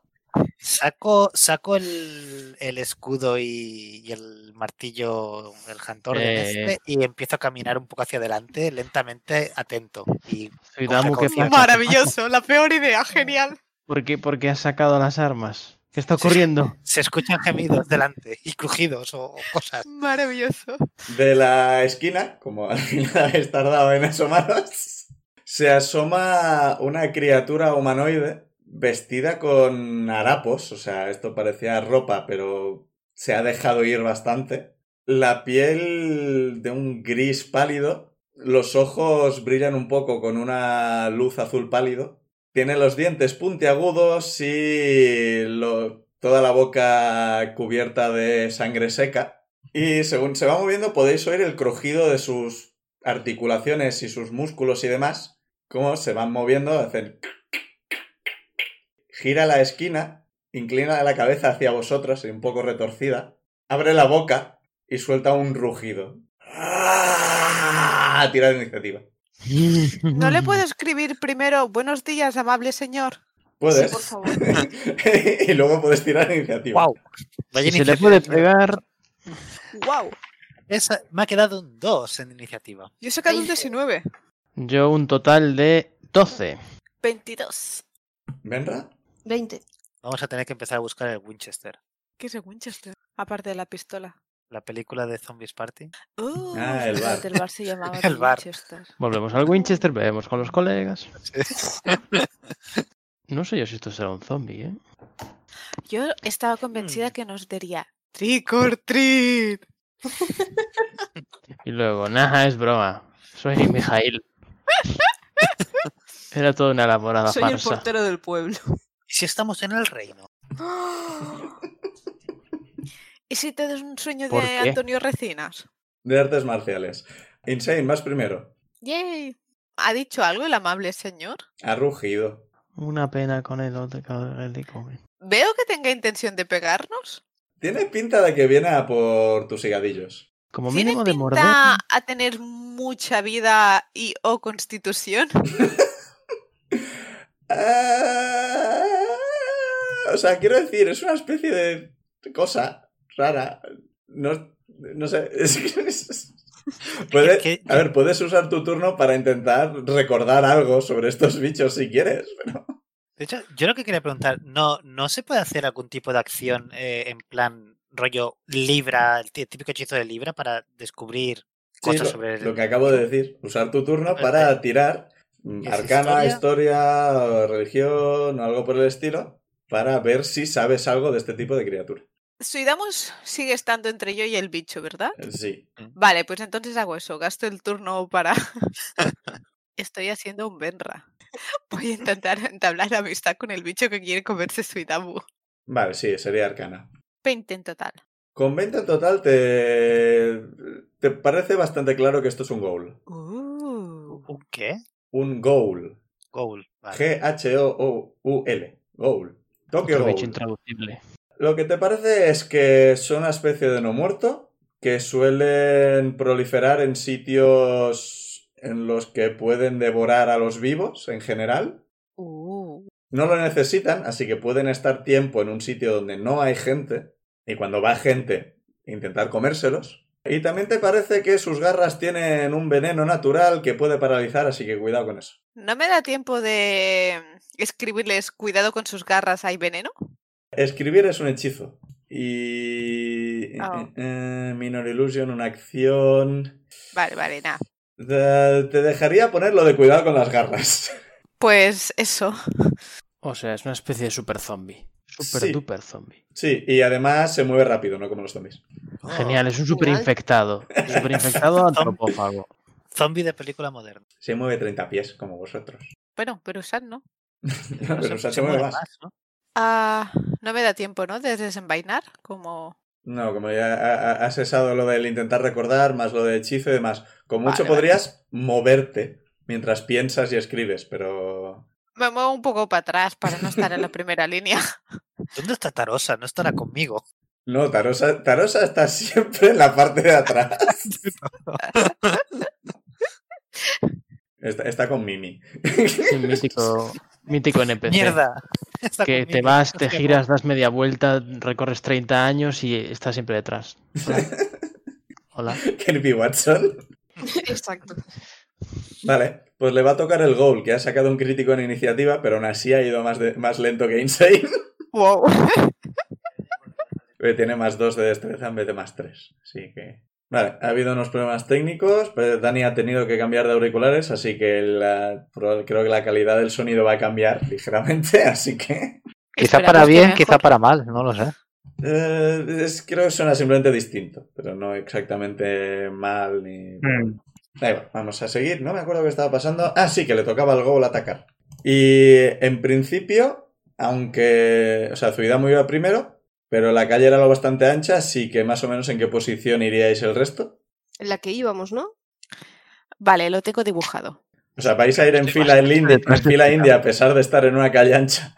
E: Saco, saco el, el escudo y, y el martillo, el jantor de
C: Eh.
E: este, y empiezo a caminar un poco hacia adelante, lentamente, atento. Y
C: Suidamu, ¿qué
E: precaución.
C: pasa? Ah.
B: Maravilloso, la peor idea, genial.
C: ¿Por qué, por qué has sacado las armas? ¿Qué está ocurriendo?
E: se escuchan gemidos delante y crujidos o, o cosas.
B: Maravilloso.
A: De la esquina, como al final habéis tardado en asomaros, se asoma una criatura humanoide vestida con harapos, o sea, esto parecía ropa, pero se ha dejado ir bastante. La piel de un gris pálido, los ojos brillan un poco con una luz azul pálido, tiene los dientes puntiagudos y lo- toda la boca cubierta de sangre seca. Y según se va moviendo podéis oír el crujido de sus articulaciones y sus músculos y demás, cómo se van moviendo, hacen... Gira la esquina inclina la cabeza hacia vosotros y un poco retorcida, abre la boca y suelta un rugido. ¡Ah! Tira de iniciativa.
B: No le puedo escribir primero, buenos días, amable señor.
D: Sí,
A: Puedes.
D: por favor.
A: y luego puedes tirar iniciativa.
E: Guau. Vaya
C: Si se le
E: iniciativa.
C: puede pegar.
D: ¡Wow!
E: Esa- me ha quedado un 2 en iniciativa.
B: Yo he sacado un
D: Veinte.
B: 19.
C: Yo un total de 12.
B: 22.
A: ¿Venra?
D: 20.
E: Vamos a tener que empezar a buscar el Winchester.
B: ¿Qué es el Winchester? Aparte de la pistola.
E: La película de Zombies Party.
B: Oh,
A: Ah, el
B: espérate,
A: bar.
B: el bar se llamaba
E: El bar.
B: Winchester.
C: Volvemos al Winchester, bebemos con los colegas. No sé yo si esto será un zombie, ¿eh?
B: Yo estaba convencida
E: Mm.
B: que nos diría Trick or treat.
C: Y luego, nada, es broma. Soy Mijail. Era toda una elaborada
D: Soy el
C: farsa.
D: portero del pueblo.
E: ¿Y si estamos en el reino?
D: ¡Ah!
B: ¿Y si te das un sueño
C: ¿Por
B: de
C: qué?
B: Antonio Recinas?
A: De artes marciales. Insane, más primero.
B: ¡Yay! ¿Ha dicho algo el amable señor?
A: Ha rugido.
C: Una pena con el otro el de comer.
B: Veo que tenga intención de pegarnos.
A: Tiene pinta de que viene a por tus higadillos.
C: Como
B: ¿Tiene
C: mínimo de morder.
B: pinta a tener mucha vida y o constitución?
A: Ah, O sea, quiero decir, es una especie de cosa rara. No, no sé. es que es- Puede-
E: que-
A: a ver, puedes usar tu turno para intentar recordar algo sobre estos bichos si quieres. pero-
E: De hecho, yo lo que quería preguntar, ¿no, no se puede hacer algún tipo de acción eh, en plan rollo Libra, el tí- típico hechizo de Libra para descubrir
A: Sí,
E: cosas
A: lo,
E: sobre el...
A: lo que acabo de decir. Usar tu turno para tirar mm,
E: ¿Es
A: arcana, historia, o religión o algo por el estilo para ver si sabes algo de este tipo de criatura.
B: Suidamus sigue estando entre yo y el bicho, ¿verdad?
A: Sí.
B: Vale, pues entonces hago eso. Gasto el turno para. Estoy haciendo un Benra. Voy a intentar entablar amistad con el bicho que quiere comerse su Idamu.
A: Vale, sí, sería arcana.
B: 20 en total.
A: Con 20 en total te, te parece bastante claro que esto es un goal.
E: ¿Un qué?
A: Un goal.
E: Goal. Vale.
A: G-H-O-U-L. Goal. Tokyo
C: Otro bicho
A: Goal.
C: intraducible.
A: Lo que te parece es que son una especie de no muerto que suelen proliferar en sitios en los que pueden devorar a los vivos en general.
B: Uh.
A: No lo necesitan, así que pueden estar tiempo en un sitio donde no hay gente, y cuando va gente, intentar comérselos. Y también te parece que sus garras tienen un veneno natural que puede paralizar, así que cuidado con eso.
B: No me da tiempo de escribirles cuidado con sus garras, hay veneno.
A: Escribir es un hechizo. Y...
B: Oh.
A: eh, minor Illusion, una acción...
B: Vale, vale, nada.
A: Eh, Te dejaría poner lo de cuidado con las garras.
B: Pues eso.
F: O sea, es una especie de super zombie. Super
A: Sí.
F: duper zombie.
A: Sí, y además se mueve rápido, no como los zombies.
E: Oh,
C: Genial, es un super infectado. Super infectado antropófago.
E: Zombie de película moderna.
A: Se mueve 30 pies, como vosotros.
B: Bueno, pero usad, ¿no?
A: Pero
E: se-
A: o sea,
E: se
A: se mueve
E: mueve
A: más.
E: pues más, ¿no?
B: Ah, no me da tiempo, ¿no? De desenvainar. Como.
A: No, como ya ha- ha- has cesado lo del intentar recordar, más lo de hechizo y demás. Con mucho
B: Vale, vale.
A: podrías moverte mientras piensas y escribes, pero.
B: Me muevo un poco para atrás para no estar en la primera línea.
E: ¿Dónde está Tarosa? No estará conmigo.
A: No, Tarosa, Tarosa está siempre en la parte de atrás. está, está con Mimi.
C: Sí, mítico, mítico NPC.
E: ¡Mierda! Está
C: Que te
E: conmigo.
C: vas, te
E: Hostia,
C: giras, das media vuelta, recorres 30 años y estás siempre detrás. Hola.
A: Kirby Watson.
D: Exacto.
A: Vale, pues le va a tocar el goal, que ha sacado un crítico en iniciativa, pero aún así ha ido más, de- más lento que Insane.
B: Wow.
A: Eh, Tiene más 2 de destreza en vez de más 3. Así que. Vale, ha habido unos problemas técnicos. Pero Dani ha tenido que cambiar de auriculares, así que la- proba- creo que la calidad del sonido va a cambiar ligeramente. Así que.
G: Quizá
B: Esperamos
G: para
B: que
G: bien,
B: mejore.
G: quizá para mal, no lo sé.
A: eh, es- creo que suena simplemente distinto, pero no exactamente mal ni. Da igual, vamos a seguir. No me acuerdo qué estaba pasando. Ah, sí, que le tocaba al Gol atacar. Y en principio, aunque. O sea, Zuidamu iba primero, pero la calle era lo bastante ancha, así que más o menos en qué posición iríais el resto.
D: En la que íbamos, ¿no?
B: Vale, lo tengo dibujado.
A: O sea, vais a ir en
E: Estoy
A: fila, en
E: bastante
A: indi- en
G: detrás de
A: fila
G: Zuidamu.
A: india a pesar de estar en una calle ancha.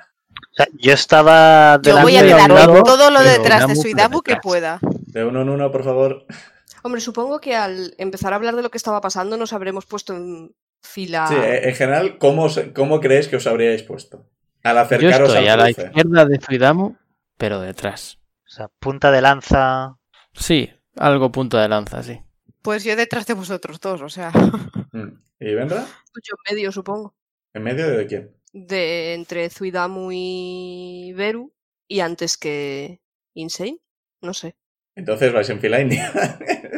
E: O sea, yo estaba
B: Yo voy a
E: delante de
B: tirar
E: todo,
B: todo lo
E: pero
B: detrás de
E: Suidamu por
B: Suidamu que
E: detrás.
B: pueda.
A: De uno en uno, por favor.
D: Hombre, supongo que al empezar a hablar de lo que estaba pasando nos habremos puesto en fila.
A: Sí, eh, en general, ¿cómo, os- ¿cómo creéis que os habríais puesto? Al
C: Yo
A: acercaros
C: estoy a
A: al
C: la
A: cruce.
C: izquierda de Zuidamu, pero detrás.
E: O sea, punta de lanza.
F: Sí, algo punta de lanza, sí.
B: Pues yo detrás de vosotros dos, o sea.
A: Mm. ¿Y Benra?
D: Yo en medio, supongo.
A: ¿En medio de quién?
D: De entre Zuidamu y Beru. Y antes que Insane. No sé.
A: Entonces vais en fila india.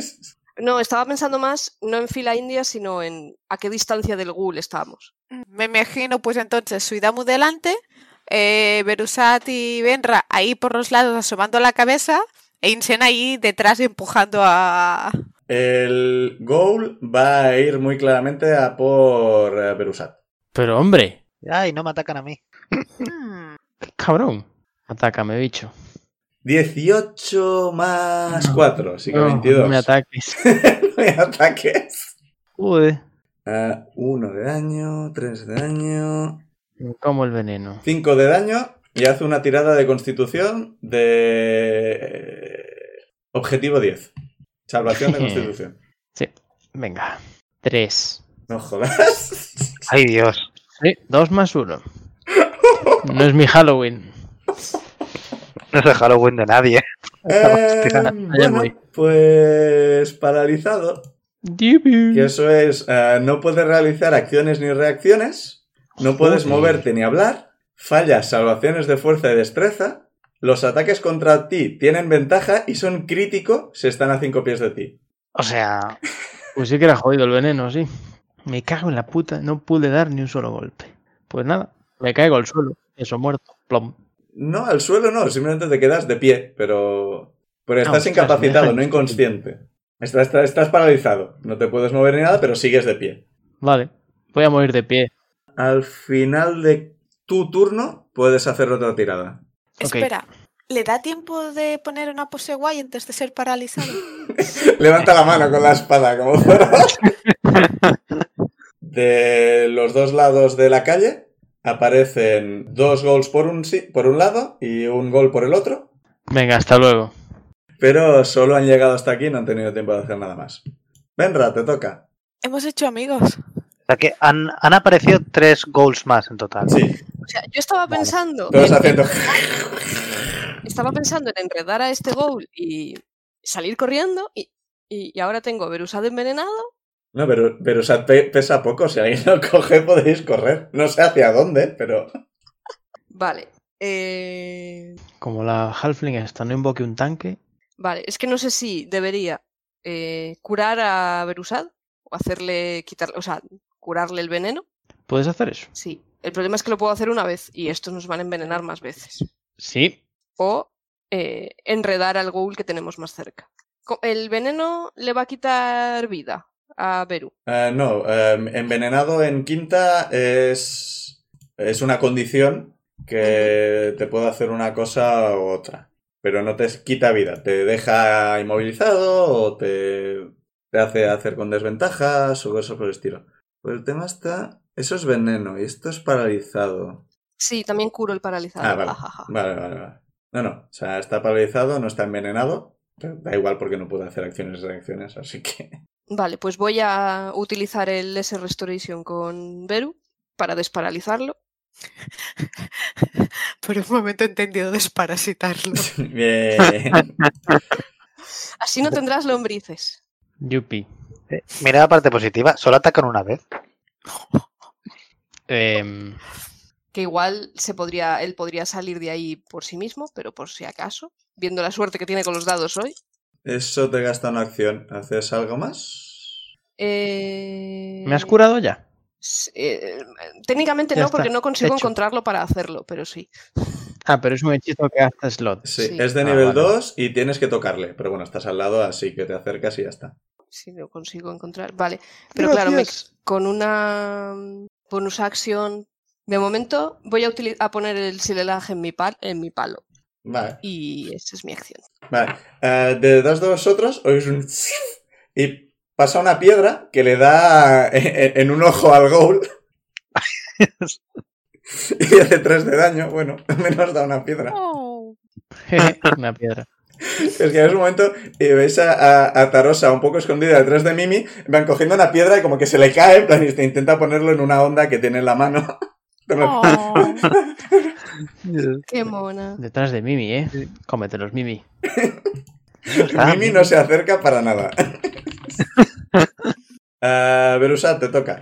D: No, estaba pensando más, no en fila india, sino en a qué distancia del ghoul estábamos.
B: Me imagino, pues entonces, Suidamu delante, eh, Berusat y Benra ahí por los lados asomando la cabeza, e Insen ahí detrás empujando a.
A: El goal va a ir muy claramente a por eh, Berusat.
F: Pero hombre,
E: Ay, no me atacan a mí.
F: qué cabrón. Atácame, bicho.
A: 18 más 4, así que
F: No,
A: 22.
F: no me ataques.
A: No me ataques.
F: Joder,
A: 1 de daño, 3 de daño,
F: me como el veneno.
A: 5 de daño y hace una tirada de constitución de... eh, Objetivo 10. Salvación de constitución.
C: Venga. Tres.
A: No jodas.
E: Ay, Dios.
C: Sí, dos más uno. No es mi Halloween.
E: No se Halloween de nadie.
A: Eh,
E: Hostia,
A: bueno,
C: voy.
A: pues paralizado. Que eso es, eh, no puedes realizar acciones ni reacciones, no puedes
C: Joder.
A: moverte ni hablar, fallas salvaciones de fuerza y destreza, los ataques contra ti tienen ventaja y son crítico si están a cinco pies de ti.
E: O sea,
F: Pues
C: Sí que era jodido el veneno, sí. Me cago en la puta, no pude dar ni un solo golpe. Pues nada, me caigo al suelo, eso muerto, plom.
A: No, al suelo no, simplemente te quedas de pie, pero... Pero estás
C: ostras, me
A: incapacitado,
C: dejan
A: no inconsciente. Estás, estás- estás paralizado, no te puedes mover ni nada, pero sigues de pie.
C: Vale, voy a morir de pie.
A: Al final de tu turno puedes hacer otra tirada.
C: Ok.
B: Espera, ¿le da tiempo de poner una pose guay antes de ser paralizado?
A: Levanta la mano con la espada, como Zoro. De los dos lados de la calle aparecen dos goals por un, si- por un lado y un gol por el otro,
C: Venga, hasta luego.
A: pero solo han llegado hasta aquí y no han tenido tiempo de hacer nada más. Benra, te toca.
B: Hemos hecho amigos.
E: o sea que han, han aparecido tres goals más en total.
A: Sí,
D: O sea, yo estaba pensando,
A: todos haciendo...
D: estaba pensando en enredar a este ghoul y salir corriendo. Y, y- y ahora tengo a Berusad envenenado.
A: No, pero, pero o sea, pe- pesa poco. Si alguien lo coge podéis correr. No sé hacia dónde, pero...
D: Vale. eh,
C: Como la Halfling esta, no invoque un tanque.
D: Vale, es que no sé si debería eh, curar a Berusad o hacerle quitar, o sea, curarle el veneno.
C: ¿Puedes hacer eso?
D: Sí. El problema es que lo puedo hacer una vez y estos nos van a envenenar más veces.
C: Sí.
D: O eh, enredar al ghoul que tenemos más cerca. Co- El veneno le va a quitar vida a Beru.
A: Eh, no, em, envenenado en quinta es, es una condición que te puede hacer una cosa u otra, pero no te quita vida, te deja inmovilizado o te, te hace hacer con desventajas o cosas por el estilo. Pues el tema está, eso es veneno y esto es paralizado.
D: Sí, también curo el paralizado.
A: Ah, vale.
D: Ajaja.
A: Vale, vale, vale. No, no, o sea, está paralizado, no está envenenado, pero da igual porque no puede hacer acciones y reacciones, así que...
D: Vale, pues voy a utilizar el S Restoration con Beru para desparalizarlo.
B: Por un momento he entendido desparasitarlo.
A: Bien.
D: Así no tendrás lombrices.
C: Yupi.
E: Eh, Mira la parte positiva, solo atacan una vez.
C: Em,
D: que igual se podría, él podría salir de ahí por sí mismo, pero por si acaso, viendo la suerte que tiene con los dados hoy.
A: Eso te gasta una acción. ¿Haces algo más?
D: eh,
C: ¿Me has curado ya?
D: s- eh, técnicamente
C: Ya
D: no,
C: está,
D: porque no consigo
C: hecho.
D: encontrarlo para hacerlo, pero sí.
C: Ah, pero es un hechizo que gasta slot.
A: Sí,
D: Sí.
A: es de
C: Ah,
A: nivel
C: vale.
A: 2 y tienes que tocarle. Pero bueno, estás al lado, así que te acercas y ya está.
D: Si lo consigo encontrar. Vale. Pero claro, me- con una mm, bonus action. De momento voy a, utili- a poner el silelaje en mi, pal- en mi palo.
A: Vale.
D: Y esa es mi acción.
A: vale. Eh, de dos de vosotros oís un... Y pasa una eh, piedra que le da en en un ojo al ghoul. y hace 3 de daño. Bueno, al menos da una piedra.
B: Oh.
C: Una piedra.
A: Es que en ese momento eh, veis a, a- a Tarosa un poco escondida detrás de Mimi, van cogiendo una piedra y como que se le cae, en plan, y se intenta ponerlo en una onda que tiene en la mano. Pero-
B: Oh.
D: Qué mona.
C: Detrás de Mimi, ¿eh? Cómetelos, Mimi. Ah,
E: Ah.
A: Mimi no se acerca para nada. Ah, Berusa, te toca.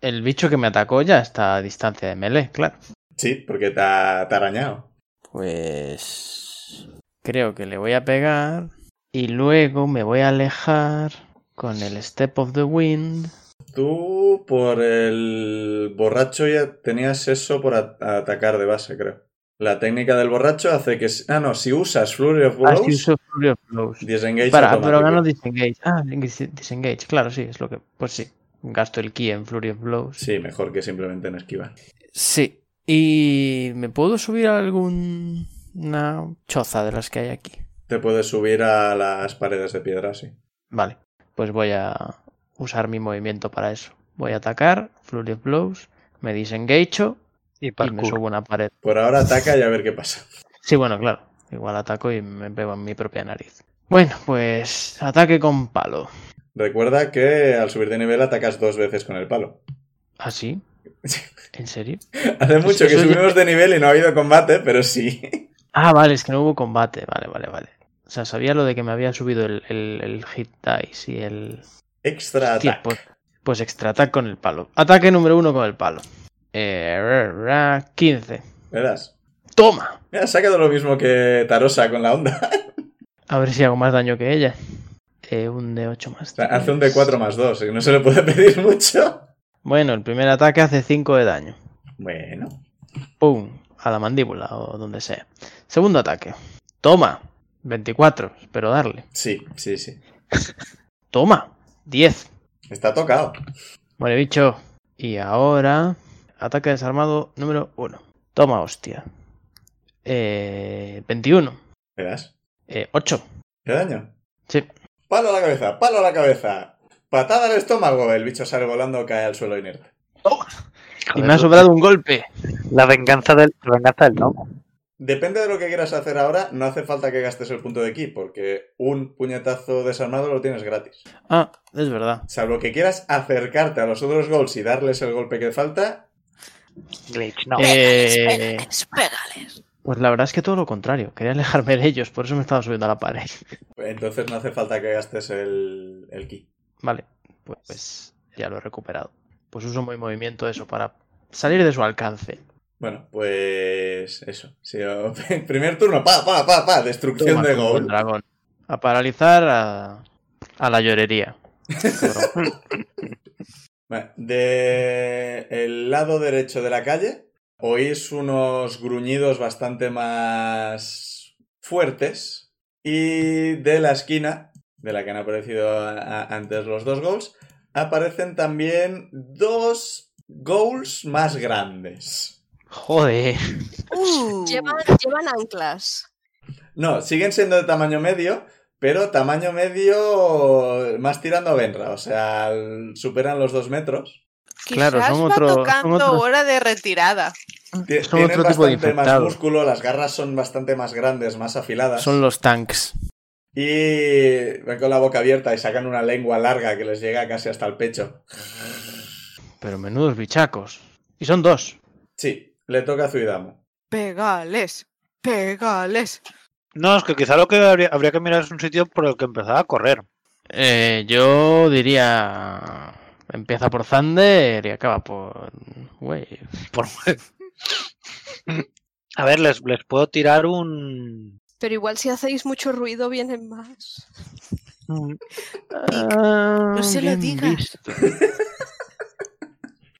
C: El bicho que me atacó ya está a distancia de melee, claro.
A: Sí, porque te ha, te ha arañado.
F: Pues. Creo que le voy a pegar.
C: Y luego me voy a alejar con el Step of the Wind.
A: Tú por el borracho ya tenías eso por at- atacar de base, creo. La técnica del borracho hace que... si- Ah, no, si usas Flurry of
C: Ah,
A: Blows,
C: sí, uso Fury of Blows.
A: disengage
C: Para, pero
A: automático.
C: gano disengage. Ah, dis- disengage, claro, sí, es lo que. Pues sí. Gasto el ki en Fury of Blows.
A: Sí, mejor que simplemente en esquiva.
F: Sí. ¿Y me puedo subir a alguna choza de las que hay aquí?
A: Te puedes subir a las paredes de piedra, sí.
C: Vale, pues voy a usar mi movimiento para eso. Voy a atacar, Flurry of Blows, me disengage y
E: Y
C: me
E: parkour.
C: subo una pared.
A: Por ahora ataca y a ver qué pasa.
C: Sí, bueno, claro. Igual ataco y me pego en mi propia nariz. Bueno, pues ataque con palo.
A: Recuerda que al subir de nivel atacas dos veces con el palo.
C: ¿Así?
A: Sí.
C: ¿Ah, ¿En serio?
A: Hace mucho que
C: eso ya-
A: subimos de nivel y no ha habido combate, pero sí.
C: Ah, vale, es que no hubo combate. Vale, vale, vale. O sea, sabía lo de que me había subido el, el- el hit dice y el...
A: Extra
C: Hostia,
A: ataque.
C: pues, pues extra ataque con el palo. Ataque número uno con el palo. Eh, ra, ra, 15.
A: Verás.
C: ¡Toma!
A: Mira, ha sacado lo mismo que Tarosa con la onda.
C: A ver si hago más daño que ella. Eh, un de 8 más.
A: O sea, hace un de
C: tres.
A: 4 más 2, no se le puede pedir mucho.
C: Bueno, el primer ataque hace 5 de daño.
A: Bueno.
C: ¡Pum! A la mandíbula o donde sea. Segundo ataque. Toma. 24. Espero darle.
A: Sí, sí, sí.
C: Toma. 10.
A: Está tocado.
C: Bueno, bicho. Y ahora. Ataque desarmado número 1. Toma, hostia. Eh, 21.
A: Verás.
C: Eh, 8.
A: ¿Qué daño?
C: Sí.
A: Palo a la cabeza, palo a la cabeza. Patada al estómago. El bicho sale volando, cae al suelo inerte.
C: Y
E: Joder,
C: me ha sobrado un golpe.
E: La venganza del, la venganza del gnomo.
A: Depende de lo que quieras hacer ahora, no hace falta que gastes el punto de ki, porque un puñetazo desarmado lo tienes gratis.
F: Ah, es verdad.
A: Salvo que quieras acercarte a los otros goals y darles el golpe que falta,
E: Glitch, no.
C: Eh,
B: Pégales, pégales.
C: Pues la verdad es que todo lo contrario. Quería alejarme de ellos, por eso me estaba subiendo a la pared.
A: entonces no hace falta que gastes el, el ki.
C: Vale, pues, pues ya lo he recuperado. Pues uso mi movimiento eso para salir de su alcance.
A: Bueno, pues eso. Sí, o- primer turno, pa, pa, pa, pa, destrucción
C: Toma,
A: de
C: tumbo el
A: goal.
C: dragón. A paralizar a, a la llorería. Cabrón.
A: Vale, De el lado derecho de la calle oís unos gruñidos bastante más fuertes y de la esquina, de la que han aparecido a- a- antes los dos goals, aparecen también dos goals más grandes.
C: Joder.
B: Uh.
D: Llevan, llevan anclas.
A: No, siguen siendo de tamaño medio, pero tamaño medio más tirando a Benra, o sea, el- superan los dos metros.
C: Claro,
B: Quizás
C: son
B: va
C: otro- son
B: tocando
C: otro-
B: hora de retirada.
A: Tie-
C: Son
A: Tienen
C: otro tipo de
A: bastante más
C: infectados.
A: músculo, las garras son bastante más grandes, más afiladas.
F: Son los tanks.
A: Y van con la boca abierta y sacan una lengua larga que les llega casi hasta el pecho.
C: Pero menudos bichacos. Y son dos.
A: Sí, le toca a Zuidamo.
B: Pégales, pégales.
E: No, es que quizá lo que habría, habría que mirar es un sitio por el que empezaba a correr.
C: Eh, yo diría... Empieza por Thunder y acaba por... Wave.
E: Por- a ver, les, les puedo tirar un.
D: Pero igual si hacéis mucho ruido vienen más.
E: un-
C: No
B: se lo digas.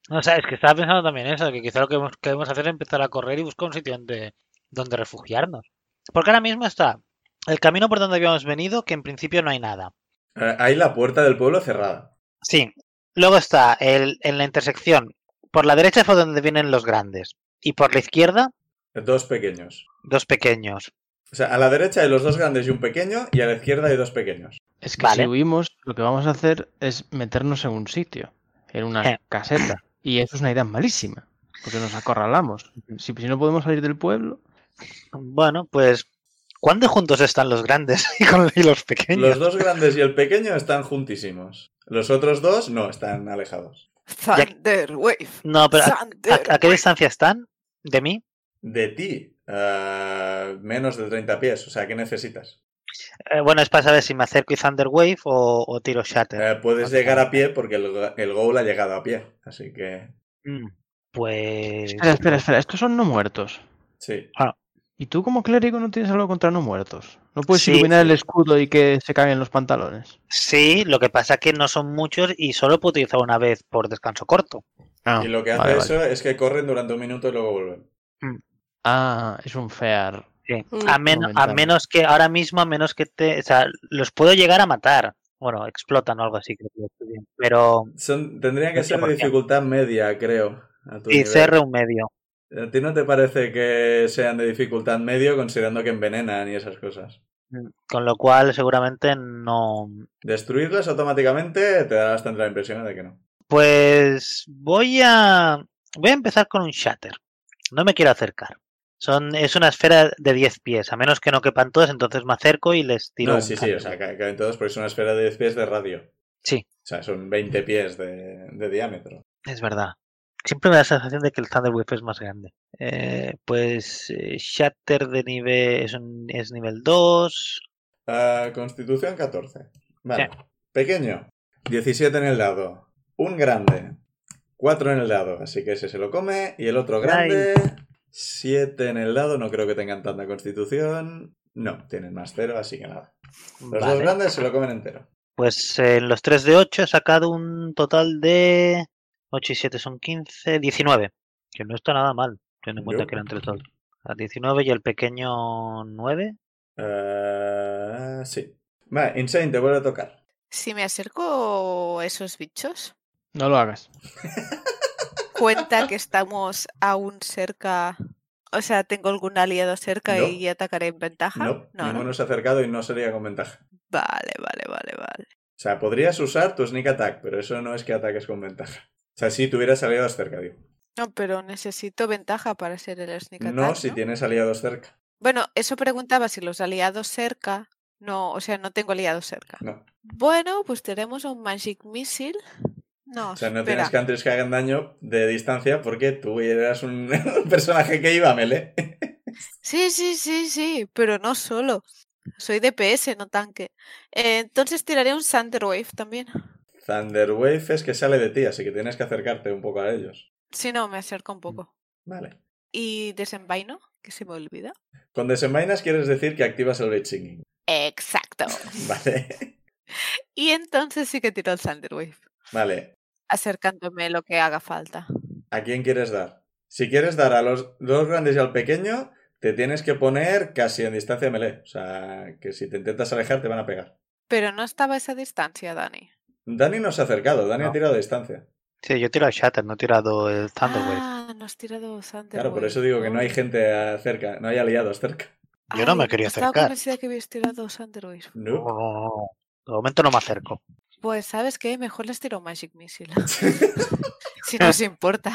E: No, o sea, es que estaba pensando también eso, que quizá lo que hemos- que debemos hacer es empezar a correr y buscar un sitio donde, donde refugiarnos. Porque ahora mismo está el camino por donde habíamos venido, que en principio no hay nada.
A: Eh, Hay la puerta del pueblo cerrada.
E: Sí. Luego está el, en la intersección. Por la derecha fue donde vienen los grandes. Y por la izquierda,
A: Dos pequeños.
E: dos pequeños.
A: O sea, a la derecha hay los dos grandes y un pequeño, y a la izquierda hay dos pequeños.
C: Es que si
E: Vale.
C: huimos, lo que vamos a hacer es meternos en un sitio, en una
E: Eh.
C: caseta. Y eso es una idea malísima. Porque nos acorralamos. Si, si no podemos salir del pueblo.
E: Bueno, pues. ¿Cuán de juntos están los grandes y, con- y los pequeños?
A: Los dos grandes y el pequeño están juntísimos. Los otros dos no, están alejados.
B: Thunder Wave.
E: No, pero ¿a,
B: Thunder
E: a- a qué
B: Wave.
E: distancia están de mí?
A: De ti, ah, menos de 30 pies, o sea, ¿qué necesitas?
E: Eh, bueno, es para saber si me acerco y Thunder Wave o, o tiro Shatter.
A: Eh, puedes
E: Ok.
A: llegar a pie porque el, go- el Goal ha llegado a pie, así que
E: Mm, Pues.
C: Espera, espera, espera. Estos son no muertos.
A: sí.
C: ¿Y tú como clérigo no tienes algo contra no muertos? ¿No puedes
E: Sí.
C: iluminar el escudo y que se caguen los pantalones?
E: Sí, lo que pasa es que no son muchos y solo puedo utilizar una vez por descanso corto.
C: Ah,
A: Y lo que hace
C: vale, vale.
A: eso es que corren durante un minuto y luego vuelven.
C: Ah, es un fear.
E: Sí.
D: Mm.
E: A, men- a
C: Momentáneo.
E: menos que, ahora mismo, a menos que te. O sea, los puedo llegar a matar. Bueno, explotan o algo así, creo que lo estudié. Pero.
A: Son, tendría que
E: Ocho
A: ser
E: por
A: de
E: cien.
A: dificultad media, creo. a tu
E: Y
A: nivel.
E: CR un medio.
A: ¿A ti no te parece que sean de dificultad medio considerando que envenenan y esas cosas?
E: Con lo cual, seguramente no.
A: Destruirlas automáticamente te da bastante la impresión de que no.
E: Pues. Voy a. Voy a empezar con un Shatter. No me quiero acercar. Son, es una esfera de 10 pies. A menos que no quepan todos, entonces me acerco y les tiro.
A: no,
E: un
A: sí, sí,
E: Thunder
A: o sea,
E: Wave.
A: ca- caben todos porque es una esfera de 10 pies de radio.
E: Sí.
A: O sea, son 20 pies de, de diámetro.
E: Es verdad. Siempre me da la sensación de que el Thunder Wave es más grande. Eh, pues eh, Shatter de nivel es, un- es nivel 2.
A: Ah, Constitución 14. Vale. Pequeño. 17 en el dado. Un grande. 4 en el dado. Así que ese se lo come. Y el otro grande. 7 en el dado. No creo que tengan tanta constitución. No, tienen más cero, así que nada. Los dos
E: Vale.
A: grandes se lo comen entero.
E: Pues eh, en los 3 de 8 he sacado un total de 8 y 7 son 15, 19. Que no está nada mal, teniendo en cuenta
A: Yo.
E: que eran 3 total. A 19 y el pequeño 9.
A: Ah, sí. Vale, Insane, te vuelve a tocar.
B: Si me acerco a esos bichos,
C: No lo hagas.
B: cuenta que estamos aún cerca. O sea, tengo algún aliado cerca
A: No.
B: y atacaré en ventaja.
A: No,
B: no,
A: ninguno se ha acercado y no sería con ventaja.
B: Vale, vale, vale, vale.
A: O sea, podrías usar tu sneak attack, pero eso no es que ataques con ventaja. O sea, si tuvieras aliados cerca, digo.
B: No, pero necesito ventaja para hacer el sneak attack.
A: No, si
B: ¿no?
A: tienes aliados cerca.
B: Bueno, eso preguntaba si los aliados cerca. No, o sea, no tengo aliados cerca.
A: No.
B: Bueno, pues tenemos un Magic Missile. No,
A: O sea, no
B: espera.
A: tienes countries que hagan daño de distancia porque tú eras un personaje que iba a melee.
B: Sí, sí, sí, sí, pero no solo. Soy DPS, no tanque. Eh, entonces tiraré un Thunder Wave también.
A: Thunderwave es que sale de ti, así que tienes que acercarte un poco a ellos.
B: Si no, me acerco
A: Mm.
B: un poco.
A: Vale.
B: Y desenvaino, que se me olvida.
A: Con desenvainas quieres decir que activas el Blade Singing.
B: Exacto.
A: Vale.
B: Y entonces sí que tiro el Thunder Wave,
A: Vale.
B: acercándome lo que haga falta.
A: ¿A quién quieres dar? Si quieres dar a los dos grandes y al pequeño, te tienes que poner casi en distancia melee. O sea, que si te intentas alejar te van a pegar.
B: Pero no estaba a esa distancia, Dani.
A: Dani no se ha acercado, Dani
E: No.
A: ha tirado a distancia.
E: Sí, yo he tirado Shatter, no he tirado el Thunder Wave.
B: Ah, no has tirado Thunder
A: Claro, por eso digo que no hay gente ah, cerca, no hay aliados cerca.
E: Yo no me quería acercar.
B: Ah, Estaba convencida que habías tirado Thunder Wave.
E: No,
A: No.
E: no, no, no. De momento no me acerco.
B: Pues, ¿sabes qué? Mejor les tiro Magic Missile. si no os importa.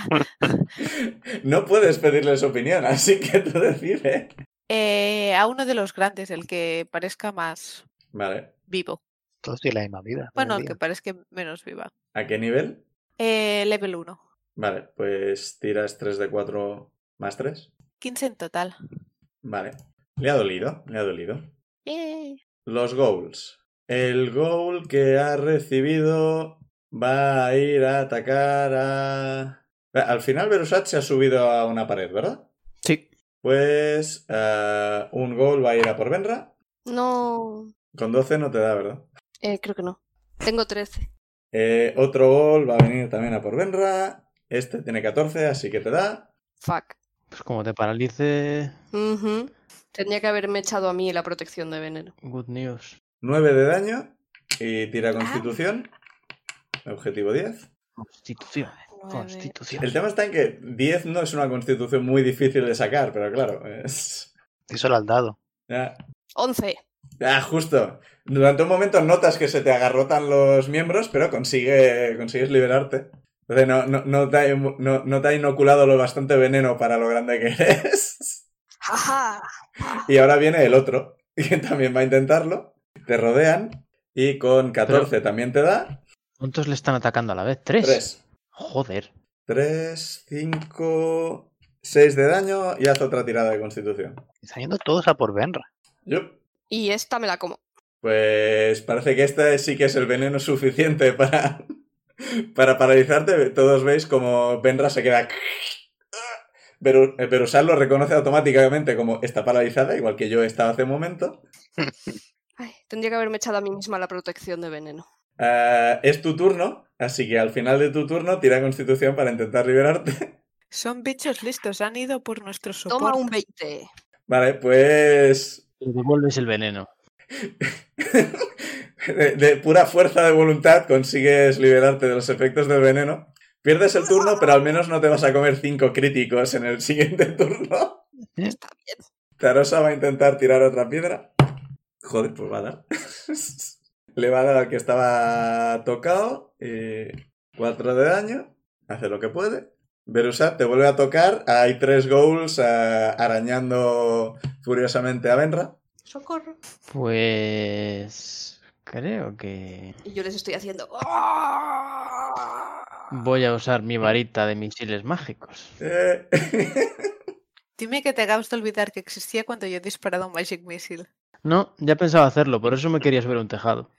A: No puedes pedirles opinión, así que tú decides.
B: Eh, a uno de los grandes, el que parezca más
A: Vale.
B: vivo.
E: Todos tienen la misma vida.
B: Bueno, el
E: el
B: que parezca menos viva.
A: ¿A qué nivel?
B: Eh, level 1.
A: Vale, pues tiras 3 de 4 más 3.
B: 15 en total.
A: Vale. Le ha dolido, le ha dolido.
D: Eh.
B: Yay.
A: Los goals. El goal que ha recibido va a ir a atacar a... Al final Verusat se ha subido a una pared, ¿verdad?
C: Sí.
A: Pues eh, un gol va a ir a por Benra.
D: No,
A: Con 12 no te da, ¿verdad?
D: eh, creo que no. Tengo 13.
A: Eh, otro gol va a venir también a por Benra. Este tiene 14, así que te da.
D: Fuck.
C: Pues como te paralice.
D: Ujú. Tenía que haberme echado a mí la protección de veneno.
C: Good news.
A: 9 de daño y tira constitución. Objetivo 10.
C: Constitución. Constitución.
A: El tema está en que 10 no es una constitución muy difícil de sacar, pero claro, es...
E: Y solo al dado.
A: Ah,
D: 11.
A: ah, justo. Durante un momento notas que se te agarrotan los miembros, pero consigue, consigues liberarte. Entonces, no, no, no, te ha, inmu- no- no te ha inoculado lo bastante veneno para lo grande que eres.
D: ¡Ajá!
A: Y ahora viene el otro, que también va a intentarlo. Te rodean y con 14 también te da.
C: ¿Cuántos le están atacando a la vez? ¿Tres?
A: 3.
C: Joder.
A: 3, 5, 6 de daño y haz otra tirada de constitución.
E: Están yendo todos a por Benra.
A: Yup.
D: Y esta me la como.
A: Pues parece que este sí que es el veneno suficiente para, para paralizarte. Todos veis como Benra se queda... Pero, eh, Perusal lo reconoce automáticamente como está paralizada, igual que yo estaba hace un momento.
D: Ay, tendría que haberme echado a mí misma la protección de veneno.
A: Ah, es tu turno, así que al final de tu turno tira constitución para intentar liberarte.
B: Son bichos listos, han ido por nuestro soporte.
D: Toma un
E: ¿Eh?
D: 20.
A: Vale, pues
C: Le devuelves el veneno.
A: de, de pura fuerza de voluntad consigues liberarte de los efectos del veneno. Pierdes el turno, pero al menos no te vas a comer cinco críticos en el siguiente turno.
D: Está bien.
A: Tarosa va a intentar tirar otra piedra. Joder, pues va a dar. Le va a dar al que estaba tocado. eh, cuatro de daño. Hace lo que puede. Verusa te vuelve a tocar. Hay tres goals ah, arañando furiosamente a Benra.
D: Socorro.
C: Pues... Creo que...
D: Y yo les estoy haciendo. ¡Ah!
C: Voy a usar mi varita de misiles mágicos.
A: Eh,
B: Dime que te acabas de olvidar que existía cuando yo he disparado un Magic Missile.
C: No, ya pensaba hacerlo, por eso me quería subir a un tejado.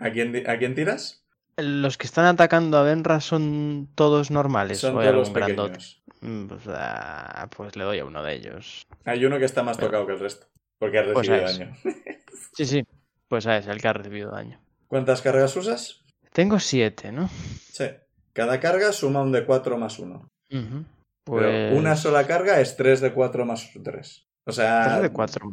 A: ¿a, quién, di- ¿A quién tiras?
C: ¿Los que están atacando a Benra son todos normales?
A: Son
C: ¿O hay
A: todos
C: algún
A: pequeños.
C: grandote? Mm, Pues, ah, pues le doy a uno de ellos.
A: Hay uno que está más
C: Pero-
A: tocado que el resto. Porque ha
C: Pues
A: recibido
C: es.
A: daño.
C: Sí, sí. Pues a ese, el que ha recibido daño.
A: ¿Cuántas cargas usas?
C: Tengo siete, ¿no?
A: Sí. Cada carga suma un de 4 más 1.
C: Ujú.
A: Pero una
C: Pues,
A: sola carga es 3 de 4 más 3. O sea.
C: tres de cuatro.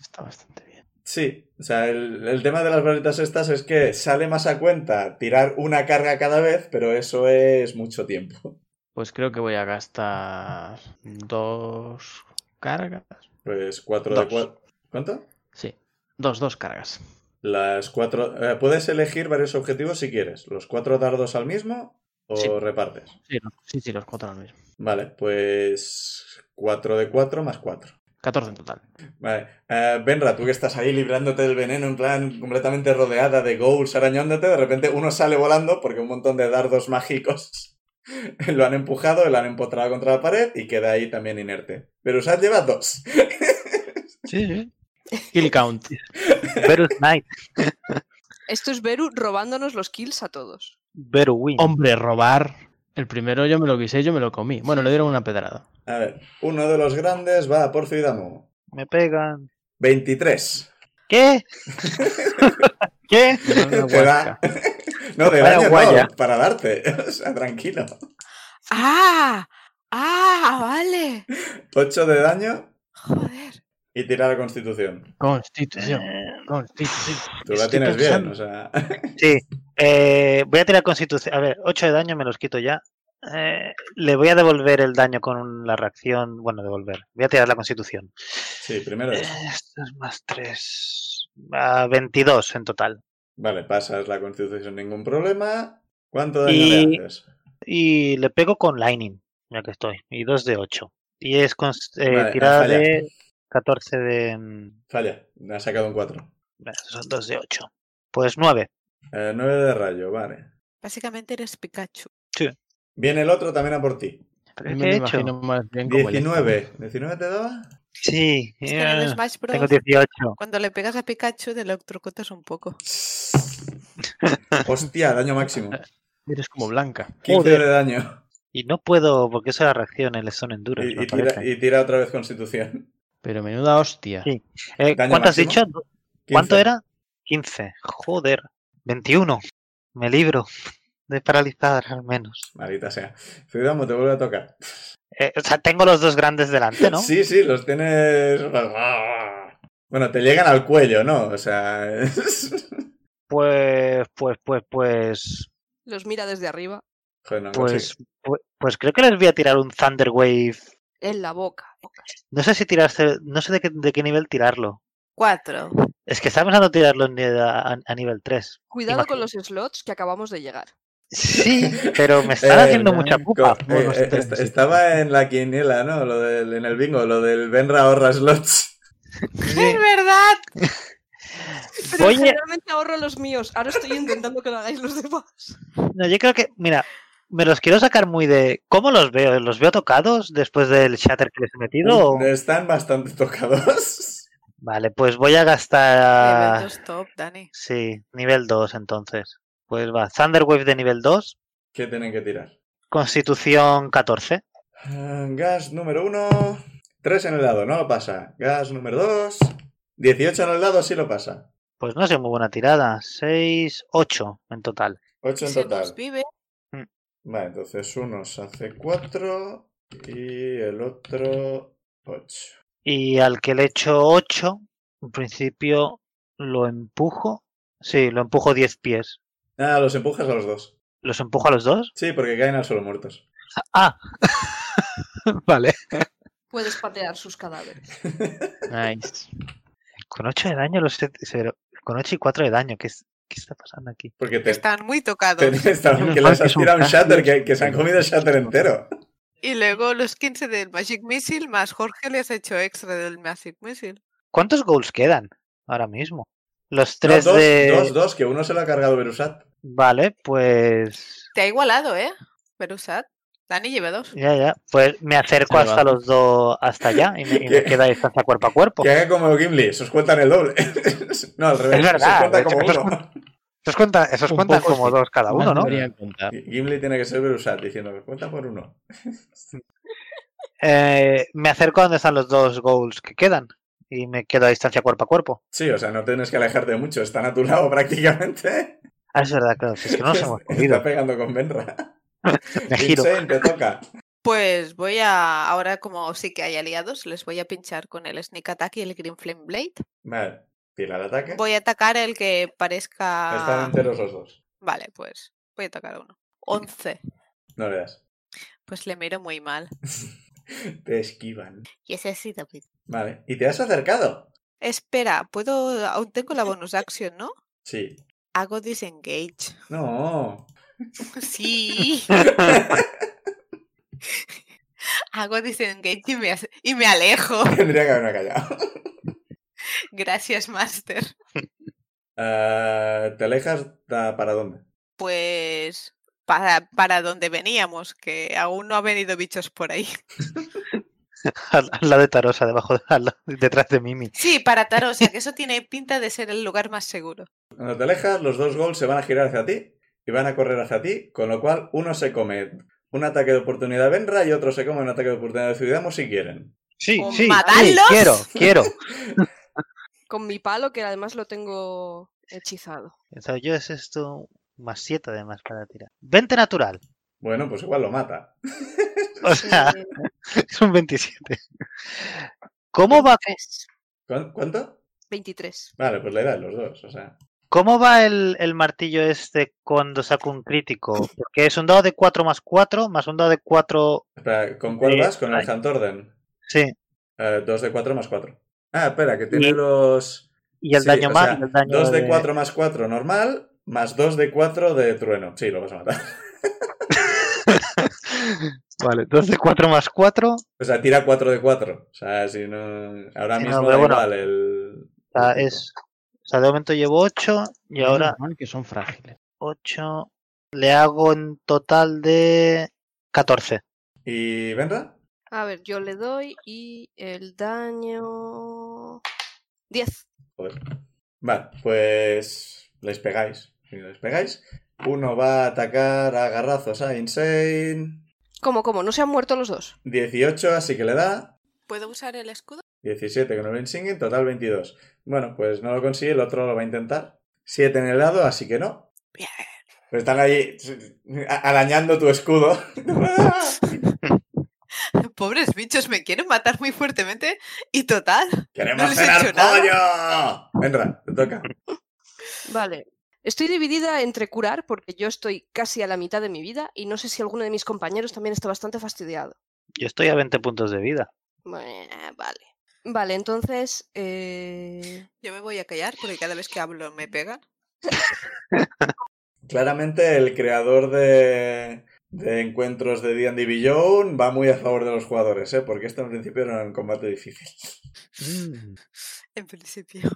C: Está bastante bien.
A: Sí. O sea, el, el tema de las varitas estas es que sale más a cuenta tirar una carga cada vez, pero eso es mucho tiempo.
C: Pues creo que voy a gastar dos cargas.
A: Pues 4 de
C: Dos.
A: 4. ¿Cuánto?
C: Sí, dos, dos cargas.
A: Las 4. puedes elegir varios objetivos si quieres. ¿Los 4 dardos al mismo o
C: Sí.
A: repartes?
C: Sí, no- sí, sí, los cuatro al mismo.
A: Vale, pues 4 de 4 más 4.
C: 14 en total.
A: Vale. Eh, Benra, tú que estás ahí librándote del veneno, en plan completamente rodeada de ghouls arañándote, de repente uno sale volando porque un montón de dardos mágicos lo han empujado, lo han empotrado contra la pared y queda ahí también inerte. Pero Usad lleva dos.
E: Sí, sí.
C: Kill count.
E: Beru Knight,
D: Esto es Beru robándonos los kills a todos.
E: Beru Win.
C: Hombre, robar. El primero yo me lo quise, yo me lo comí. Bueno, le dieron una pedrada.
A: A ver, uno de los grandes va por Zuidamo.
E: Me pegan.
A: 23.
E: ¿Qué? ¿Qué?
C: Me dieron una
A: Te da.
C: guasca.
A: No, de
E: Vaya
A: daño,
E: guaya.
A: no, para darte. O sea, tranquilo.
B: ¡Ah! ¡Ah! ¡Vale!
A: 8 de daño
B: Joder.
A: y tirar a constitución.
C: Constitución.
E: Eh.
C: Constitución.
A: Tú la
C: Estoy
A: tienes bien,
C: pensando.
A: o sea.
E: Sí. eh, voy a tirar constitución. A ver, 8 de daño me los quito ya. Eh, le voy a devolver el daño con la reacción. Bueno, devolver. Voy a tirar la constitución.
A: Sí, primero
E: Eh,
A: es.
E: Esto es más 3. 22 en total.
A: Vale, pasas la constitución sin ningún problema. ¿Cuánto daño
E: Y-
A: le haces?
E: Y le pego con Lightning, ya que estoy. Y 2 de 8. Y es con, eh,
A: Vale, ah,
E: tirada
A: falla.
E: de 14 de. mm,
A: Falla, ha sacado un 4.
E: bueno, Son 2 de 8. Pues 9.
A: 9 Eh, de rayo, vale.
B: Básicamente eres Pikachu.
A: Viene el otro también a por ti.
E: ¿Pero
C: Me
E: qué he
C: lo
E: hecho?
C: imagino más bien
E: este,
C: como el-
A: 19. ¿19 te daba?
E: Sí.
B: Es que en el
E: eh,
B: Smash Bros.
E: Tengo 18.
B: Cuando le pegas a Pikachu, te electrocutas un poco.
A: Hostia, daño máximo.
C: Eres como blanca.
A: 15
E: Joder.
A: de daño.
E: Y no puedo, porque esa reacción en son enduras.
A: Y, y tira, y tira otra vez constitución.
C: Pero menuda hostia.
E: Sí. Eh,
A: Daño
E: ¿Cuánto has dicho?
A: máximo, 15.
E: ¿Cuánto era? 15. Joder. 21. Me libro de paralizar al menos.
A: Maldita sea. Ciudadamo, te vuelve a tocar.
E: Eh, o sea, tengo los dos grandes delante, ¿no?
A: Sí, sí, los tienes. Bueno, te llegan al cuello, ¿no? O sea.
E: Pues, pues, pues, pues,
D: Los mira desde arriba.
A: Joder, no
E: pues, pues, pues creo que les voy a tirar un Thunder Wave.
D: En la boca.
E: No sé si tirarse, no sé de qué, de qué nivel tirarlo.
B: Cuatro.
E: Es que estaba pensando tirarlo en- eh, a, a nivel 3.
D: Cuidado con
E: Imagino.
D: los slots que acabamos de llegar.
E: Sí, pero me están haciendo
A: Eh,
E: mucha
A: co-
E: pupa.
A: eh, eh, est- estaba en la quiniela, ¿no? Lo del, en el bingo, lo del Benra ahorra slots.
E: Sí,
B: Es verdad.
D: Pero
E: Voy a-
D: generalmente ahorro los míos. Ahora estoy intentando que lo hagáis los demás.
E: no, yo creo que, mira, me los quiero sacar muy de. ¿Cómo los veo? ¿Los veo tocados después del shatter que les he metido? o-
A: Están bastante tocados.
E: Vale, pues voy a
B: Nivel
E: gastar.
B: dos top, Dani.
E: Sí, nivel 2 entonces. Pues va, Thunderwave de nivel 2,
A: ¿Qué tienen que tirar?
E: Constitución 14.
A: Ah, Gas número uno. 3 en el lado, no lo pasa. Gas número 2. 18 en el lado, sí lo pasa.
E: Pues no ha sido muy buena tirada, 6, 8 en total.
A: 8 en
B: Se nos
A: total.
B: vive.
A: Vale, entonces uno se hace 4 y el otro 8.
E: Y al que le he hecho 8, en principio lo empujo. Sí, lo empujo 10 pies.
A: Ah, los empujas a los dos.
E: ¿Los empujo a los dos?
A: Sí, porque caen al suelo muertos.
E: Ah, vale.
D: Puedes patear sus cadáveres.
C: Nice.
E: Con 8 de daño, los he- pero con 8 y 4 de daño, ¿qué, es- qué está pasando aquí?
A: Porque te,
B: Están muy
A: te-
B: tocados.
A: te- estaban-
C: Menos
A: que
C: mal
A: les
C: que
A: has
C: son
A: tirado un shatter, que, que se han
C: cascos.
A: comido el shatter entero.
B: Y luego los 15 del Magic Missile, más Jorge le has hecho extra del Magic Missile.
E: ¿Cuántos goals quedan ahora mismo? Los
A: No,
E: 3
A: dos,
E: de...
A: dos, dos, que uno se lo ha cargado Berusat.
E: Vale, pues...
B: Te ha igualado, ¿eh? Berusat. Dani lleva dos.
E: Ya, ya. Pues me acerco hasta
C: Salvado.
E: los dos, hasta allá, y me, y me
A: ¿Qué?
E: queda distancia cuerpo a cuerpo.
A: Que haga como Gimli, se os cuentan el doble. no, al revés.
E: Es verdad,
A: se os cuenta
E: de hecho,
A: como
E: esos
A: uno.
E: Esos, cuentan- esos
C: Un
E: cuentan
C: poco
E: como
C: sí.
E: dos cada
C: Más
E: uno, ¿no?
C: deberían contar.
A: Gimli tiene que ser Berusat diciendo que cuenta por uno.
E: Eh, me acerco a donde están los dos goals que quedan y me quedo a distancia cuerpo a cuerpo.
A: Sí, o sea, no tienes que alejarte mucho, están a tu lado prácticamente.
E: Ah, es verdad, claro, si es que no nos hemos
A: Está
E: movido.
A: pegando con Benra. Pues
E: Me giro.
A: Insane, te toca.
B: Pues voy a. Ahora, como sí que hay aliados, les voy a pinchar con el Sneak Attack y el Green Flame Blade.
A: Vale, tira el ataque.
B: Voy a atacar el que
A: Están
B: parezca.
A: enteros los dos.
B: Vale, pues voy a atacar a uno. 11.
A: No le das.
B: Pues le miro muy mal.
A: Te esquivan.
B: Y ese ha sido mi-
A: Vale, y te has acercado.
B: Espera, puedo. Aún tengo la bonus action, ¿no?
A: Sí.
B: Hago disengage.
A: No.
B: Sí. Hago disengage y me, as- y me alejo.
A: Tendría que haberme callado.
B: Gracias, Master.
A: Ah, ¿Te alejas ta- para dónde?
B: Pues para, para donde veníamos, que aún no han venido bichos por ahí.
E: Al, al lado de Tarosa, debajo, de- al lado- detrás de Mimi.
B: Sí, para Tarosa, que eso tiene pinta de ser el lugar más seguro.
A: Cuando te alejas, los dos goals se van a girar hacia ti y van a correr hacia ti, con lo cual uno se come un ataque de oportunidad de Benra y otro se come un ataque de oportunidad de Ciudadamo si quieren.
E: Sí,
B: ¿O sí, matarlos?
E: quiero, quiero.
D: Con mi palo, que además lo tengo hechizado.
E: Entonces, yo es esto más 7 además para tirar. 20 natural.
A: Bueno, pues igual lo mata.
E: O sea,
D: Eh,
E: es un 27.
D: Eh,
E: ¿Cómo va,
D: 23,
A: ¿Cuán- ¿Cuánto?
D: 23.
A: Vale, pues le das los dos, o sea.
E: cómo va el, el martillo este cuando saco un crítico? Porque es un dado de 4 más 4, más un dado de 4.
A: Espera, ¿Con cuál
E: Sí,
A: vas? Con el
E: ahí.
A: Hunt Orden.
E: Sí.
A: Eh, dos de 4 más 4. Ah, espera, que
E: Y-
A: tiene los.
E: Y el
A: sí,
E: daño
A: o
E: más.
A: sea,
E: y el daño
A: dos de
E: de-
A: 4 más 4 normal, más 2 de 4 de trueno. Sí, lo vas a matar.
E: Vale, 2 de 4 más 4.
A: O sea, tira 4 de 4. O sea, si no. Ahora
E: Sí, no,
A: mismo
E: pero
A: da
E: bueno.
A: igual el.
E: O sea, es, o sea, de momento llevo 8 y
C: Menos
E: ahora
C: mal que son frágiles.
E: 8 le hago en total de 14.
A: ¿Y Benra?
D: A ver, yo le doy y el daño. 10.
A: Joder. Vale, pues. Les pegáis. Si les pegáis. Uno va a atacar a garrazos a Insane.
D: ¿Cómo, cómo? ¿No se han muerto los dos?
A: 18, así que le da.
B: ¿Puedo usar el escudo?
A: 17 con el Bensingen, total 22. Bueno, pues no lo consigue, el otro lo va a intentar. 7 en el lado, así que no.
B: Bien.
A: Pero están ahí a- arañando tu escudo.
B: Pobres bichos, me quieren matar muy fuertemente. Y total,
A: ¡Queremos
B: No les he
A: cenar
B: hecho nada.
A: pollo! Entra, te toca.
D: Vale. Estoy dividida entre curar, porque yo estoy casi a la mitad de mi vida, y no sé si alguno de mis compañeros también está bastante fastidiado.
E: Yo estoy a 20 puntos de vida.
D: Bueno, vale. Vale, entonces. eh,
B: yo me voy a callar porque cada vez que hablo me pegan.
A: Claramente el creador de, de encuentros de D&D Beyond va muy a favor de los jugadores, ¿eh? Porque esto en principio era un combate difícil.
E: Mm.
B: En principio.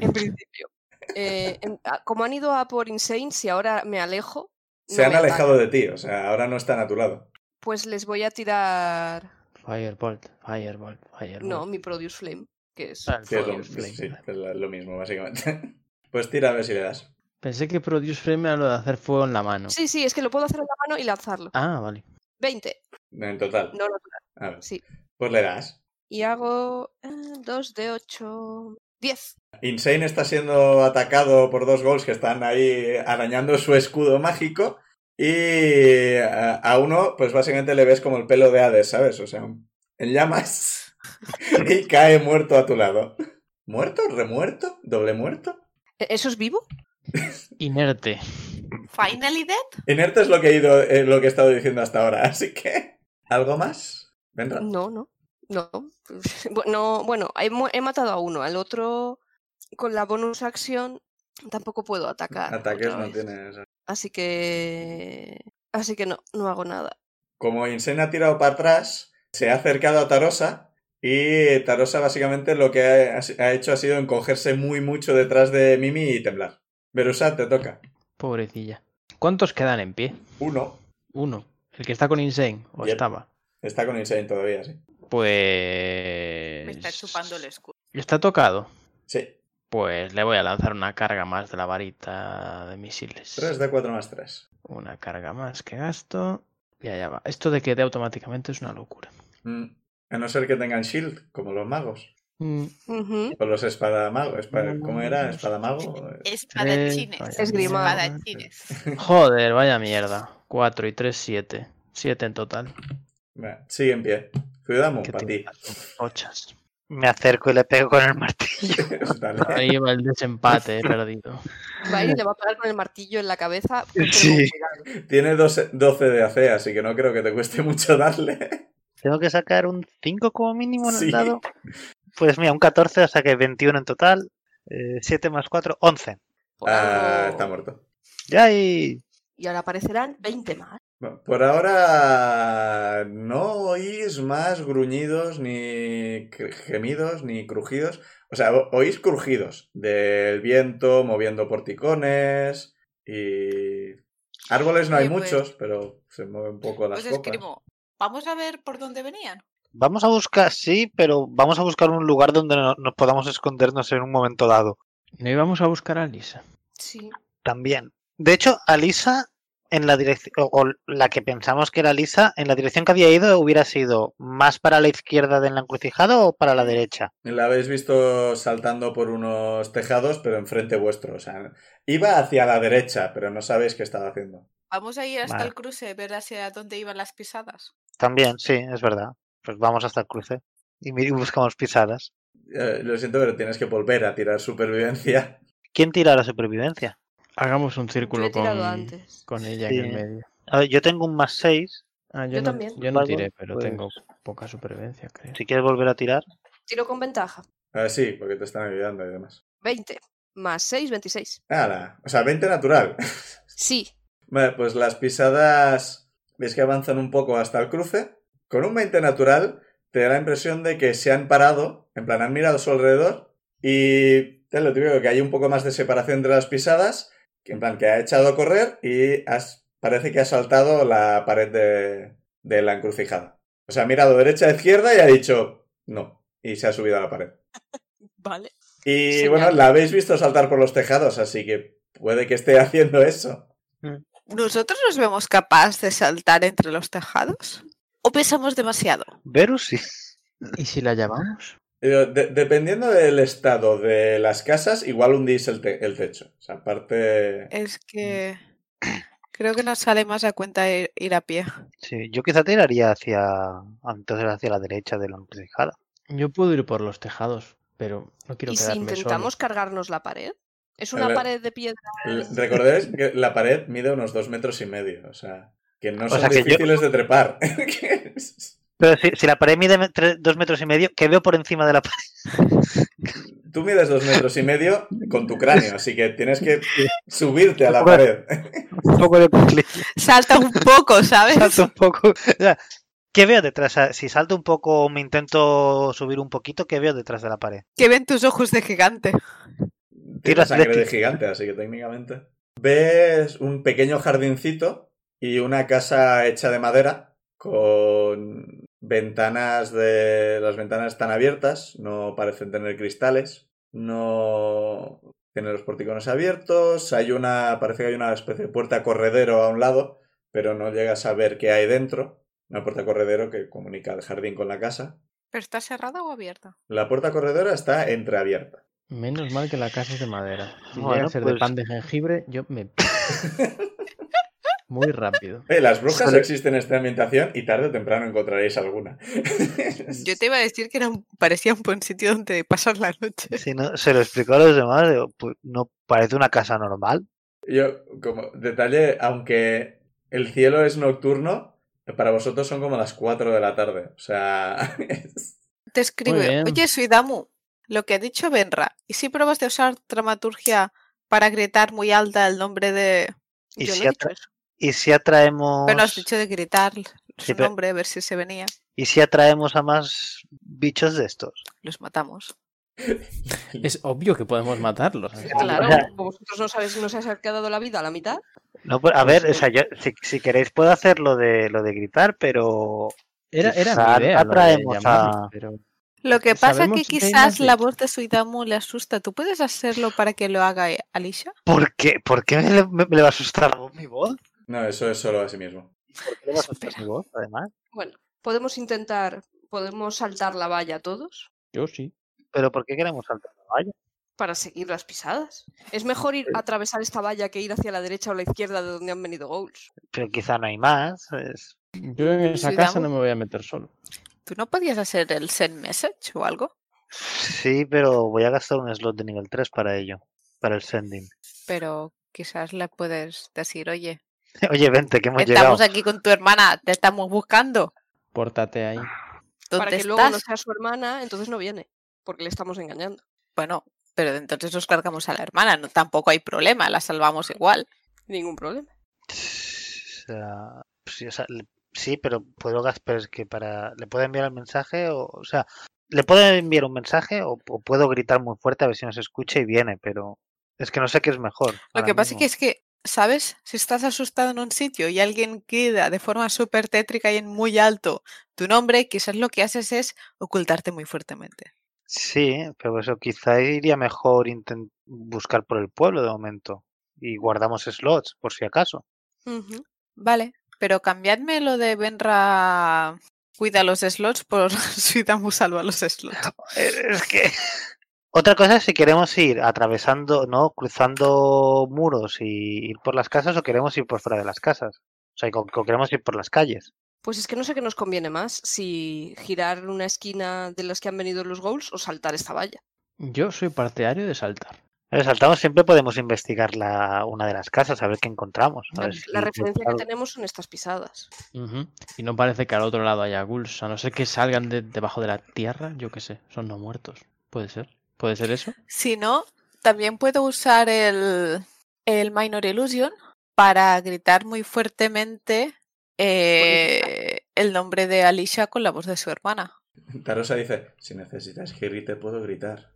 D: En principio. Eh, en- a- como han ido a por Insanes y ahora me alejo,
A: Se
D: No
A: han
D: me
A: alejado de ti, o sea, ahora no están a tu lado.
D: pues les voy a tirar.
C: Firebolt, Firebolt, Firebolt.
D: No, mi Produce Flame, que es.
C: Ah, el
A: Sí, es lo,
C: Produce Flame,
A: sí,
C: vale.
A: es la- lo mismo, básicamente. Pues tira a ver si le das.
C: Pensé que Produce Flame era lo de hacer fuego en la mano.
D: Sí, sí, es que lo puedo hacer en la mano y lanzarlo.
C: Ah, vale.
D: 20.
A: En total.
D: No, no,
A: A ver.
D: sí.
A: Pues le das.
D: Y hago 2 de 8. 10.
A: Insane está siendo atacado por dos gols que están ahí arañando su escudo mágico. Y a a uno, pues básicamente le ves como el pelo de Hades, ¿sabes? O sea, un- en llamas. y cae muerto a tu lado. ¿Muerto? ¿Remuerto? ¿Doble muerto?
D: ¿E-, ¿Eso es vivo?
C: Inerte.
B: Finally dead.
A: Inerte es lo que he, ido, eh, lo que he estado diciendo hasta ahora, así que. ¿Algo más? Venra.
D: No, no. No. Bueno, bueno he, mu- he matado a uno. Al otro, con la bonus acción, tampoco puedo atacar.
A: Ataques
D: otra
A: no
D: vez.
A: tienes.
D: Así que. Así que no, no hago nada.
A: Como Insane ha tirado para atrás, se ha acercado a Tarosa y Tarosa básicamente lo que ha, ha hecho ha sido encogerse muy mucho detrás de Mimi y temblar. Verusat, te toca.
C: Pobrecilla. ¿Cuántos quedan en pie?
A: Uno.
C: Uno. El que está con Insane. O
A: Yep.
C: estaba.
A: Está con Insane todavía, sí.
C: Pues.
B: Me está chupando el escudo.
C: Está tocado.
A: Sí.
C: Pues le voy a lanzar una carga más de la varita de misiles.
A: 3 de 4 más 3.
C: Una carga más que gasto. Y allá va. Esto de que dé automáticamente es una locura.
A: Mm. A no ser que tengan shield, como los magos.
C: Mm,
D: Ujú.
A: O los espadamagos. espa- ¿Cómo era? eh, ¿Espadamago?
C: Tres,
B: Espadachines.
C: vaya
D: Esgrima.
C: mierda.
B: Espadachines.
C: Joder, vaya mierda. 4 y 3, 7. 7 en total.
A: Va, Sigue en pie. Cuidamos,
C: ¿Qué
A: para ti.
C: tienes? Ochas.
E: Me acerco y le pego con el martillo.
A: Dale.
C: Ahí va el desempate, he perdido.
D: Va y le va a pegar con el martillo en la cabeza. pero con
E: Sí.
D: cuidado.
A: Tiene 12 12 de AC, así que no creo que te cueste mucho darle.
E: Tengo que sacar un 5 como mínimo en
A: Sí.
E: el dado. Pues mira, un 14, o sea que 21 en total. 7 más 4, 11.
D: Por
A: Ah,
D: algo.
A: está muerto.
E: Ya y...
D: Y ahora aparecerán 20 más.
A: Bueno, Por ahora no oís más gruñidos, ni cr- gemidos, ni crujidos. O sea, o- oís crujidos del viento moviendo porticones y... Árboles no hay
B: Oye, pues-
A: muchos, pero se mueven un poco las
B: Os
A: copas.
B: escribo. Vamos a ver por dónde venían.
E: Vamos a buscar, sí, pero vamos a buscar un lugar donde no- nos podamos escondernos en un momento dado.
C: No íbamos a buscar a Lisa.
D: Sí.
E: También. De hecho, a Lisa, en la dirección, o o la que pensamos que era Lisa, en la dirección que había ido hubiera sido más para la izquierda de la encrucijada o para la derecha.
A: La habéis visto saltando por unos tejados, pero enfrente vuestro. O sea, iba hacia la derecha, pero no sabéis qué estaba haciendo.
B: Vamos a ir hasta
E: Vale.
B: el cruce, ver hacia dónde iban las pisadas.
E: También, sí, es verdad. Pues vamos hasta el cruce y mi- y buscamos pisadas.
A: Eh, lo siento, pero tienes que volver a tirar supervivencia.
E: ¿Quién tira la supervivencia?
C: Hagamos un
D: Yo he
C: círculo
D: tirado
C: con,
D: antes.
C: con ella
E: Sí.
C: en el medio.
E: A ver, yo tengo un más 6.
C: Ah, yo,
D: Yo
C: no,
D: también.
C: Yo no
E: Vale,
C: tiré, pero
E: pues-
C: tengo poca supervivencia, creo.
E: Si quieres volver a tirar,
D: Tiro con ventaja.
A: Ah, sí, porque te están ayudando y demás.
D: 20 más 6, 26.
A: Nada, o sea, 20 natural.
D: Sí.
A: Vale, pues las pisadas ves que avanzan un poco hasta el cruce. Con un 20 natural te da la impresión de que se han parado, en plan han mirado a su alrededor y te lo digo que hay un poco más de separación entre las pisadas, que en plan que ha echado a correr y has- parece que ha saltado la pared de, de la encrucijada. O sea, ha mirado derecha a izquierda y ha dicho no y se ha subido a la pared.
D: Vale.
A: Y
D: Señal.
A: bueno, la habéis visto saltar por los tejados, así que puede que esté haciendo eso.
B: ¿Nosotros nos vemos capaz de saltar entre los tejados? ¿O pensamos demasiado?
E: Verus sí.
C: ¿Y si la llamamos?
A: Eh, de- dependiendo del estado de las casas, igual hundís el, te- el techo. O sea, aparte.
B: Es que creo que nos sale más a cuenta ir, ir a pie.
E: Sí, yo quizá tiraría hacia entonces hacia la derecha de la encrucijada.
C: Yo puedo ir por los tejados, pero no quiero
D: ¿Y si
C: quedarme
D: intentamos cargarnos la pared? Es una
A: Vale.
D: pared de piedra.
A: l- Recordéis que la pared mide unos dos metros y medio. O sea, que no
E: O
A: son
E: sea que yo-
A: difíciles de trepar.
E: Pero si, si la pared mide me- tres- dos metros y medio, ¿qué veo por encima de la pared?
A: Tú mides dos metros y medio con tu cráneo, así que tienes que subirte a la
E: Bueno.
A: pared.
E: Un poco de clic,
B: Salta un poco, ¿sabes?
E: salto un poco. Ya. ¿Qué veo detrás? Ah, Si salto un poco, me intento subir un poquito, ¿qué veo detrás de la pared?
B: Que ven tus ojos de gigante.
E: Tiro
A: Tiene sangre de
E: atlético.
A: gigante, así que técnicamente. Ves un pequeño jardincito y una casa hecha de madera con ventanas de. Las ventanas están abiertas, no parecen tener cristales, no tiene los porticones abiertos, hay una. parece que hay una especie de puerta corredero a un lado, pero no llegas a ver qué hay dentro. Una puerta corredero que comunica el jardín con la casa.
B: ¿Pero está cerrada o abierta?
A: La puerta corredera está entreabierta.
C: Menos mal que la casa es de madera. Si llega
E: Bueno,
C: a ser de
E: pues-
C: pan de jengibre, yo me. pico. Muy rápido.
A: Eh, las brujas
E: Sale-
A: existen en esta ambientación y tarde o temprano encontraréis alguna.
B: Yo te iba a decir que era un- parecía un buen sitio donde pasar la noche.
E: Si no, se lo explico a los demás, digo, pues, no parece una casa normal.
A: Yo, como detalle, aunque el cielo es nocturno, para vosotros son como las 4 de la tarde. O sea, es-
B: Te escribe,
C: bien.
B: oye, Suidamu, lo que ha dicho Benra, ¿y si pruebas de usar dramaturgia para gritar muy alta el nombre de...
E: Y
B: Yo no
E: si
B: he dicho
E: atra-
B: eso.
E: Y si atraemos.
B: Pero has dicho de gritar su
E: pero-
B: nombre, a ver si se venía.
E: ¿Y si atraemos a más bichos de estos?
B: Los matamos.
F: Es obvio que podemos matarlos.
D: Claro,
E: O sea-
D: como vosotros no sabéis, no os ha quedado la vida a la mitad.
E: No, pues, a
D: Pues
E: ver, o
D: sí.
E: sea, yo- si, si queréis puedo hacer lo de lo de gritar, pero
C: Era, era
E: Quizá
C: mi idea. lo de
E: atraemos a-
C: llamarlos, pero-
B: Lo que pasa es que
C: Sabemos que hay
B: quizás
C: más
B: la
C: bichos.
B: voz de Suidamu le asusta. ¿Tú puedes hacerlo para que lo haga eh, Alicia?
E: ¿por qué, por qué me, le- me- me le va a asustar la voz mi voz?
A: no, eso es solo a sí mismo.
E: ¿Por qué le va a asustar
B: Espera.
E: mi voz, además?
D: Bueno, podemos intentar, podemos saltar la valla todos
C: Yo sí.
E: ¿Pero por qué queremos saltar la valla?
D: para seguir las pisadas. Es mejor ir a atravesar esta valla que ir hacia la derecha o la izquierda de donde han venido goals.
E: Pero quizá no hay más. es-
C: Yo en esa
B: Sí,
C: casa
B: damos.
C: no me voy a meter solo.
B: ¿Tú no podías hacer el send message o algo?
E: Sí, pero voy a gastar un slot de nivel 3 para ello, para el sending.
B: Pero quizás le puedes decir, oye,
E: Oye, vente, que hemos llegado.
B: estamos aquí con tu hermana, te estamos buscando.
C: Pórtate ahí.
B: ¿Dónde
D: Para que
B: estás?
D: luego no sea su hermana, entonces no viene, porque le estamos engañando.
B: Bueno, pero entonces nos cargamos a la hermana, no tampoco hay problema, la salvamos igual.
D: Ningún problema.
E: O sea, sí, o sea, le- sí, pero puedo gas- pero es que para le puedo enviar el mensaje o, o sea, le puedo enviar un mensaje o, o puedo gritar muy fuerte a ver si nos escucha y viene, pero es que no sé qué es mejor.
B: Lo que pasa es que es que, ¿sabes? Si estás asustado en un sitio y alguien queda de forma súper tétrica y en muy alto tu nombre, quizás lo que haces es ocultarte muy fuertemente.
E: sí, pero eso quizá iría mejor inten- buscar por el pueblo de momento y guardamos slots por si acaso.
D: Ujú.
B: Vale, pero cambiadme lo de Benra cuida los slots por Suidamu salva los slots.
E: Es es que otra cosa es si queremos ir atravesando, no, cruzando muros y ir por las casas o queremos ir por fuera de las casas. O sea, o o queremos ir por las calles.
D: Pues es que no sé qué nos conviene más, si girar una esquina de las que han venido los goals o saltar esta valla.
C: Yo soy partidario de saltar.
E: A ver, saltamos siempre podemos investigar la, una de las casas, a ver qué encontramos. a
D: La,
E: ver
D: ref- la
E: si
D: referencia que
E: algo.
D: tenemos son estas pisadas.
C: Ujú. Y no parece que al otro lado haya ghouls, a no ser que salgan de debajo de la tierra, yo qué sé, son no muertos. Puede ser, puede ser eso.
B: Si no, también puedo usar el, el Minor Illusion para gritar muy fuertemente eh, el nombre de Alicia con la voz de su hermana.
A: Tarosa dice: Si necesitas Kirri, te puedo gritar.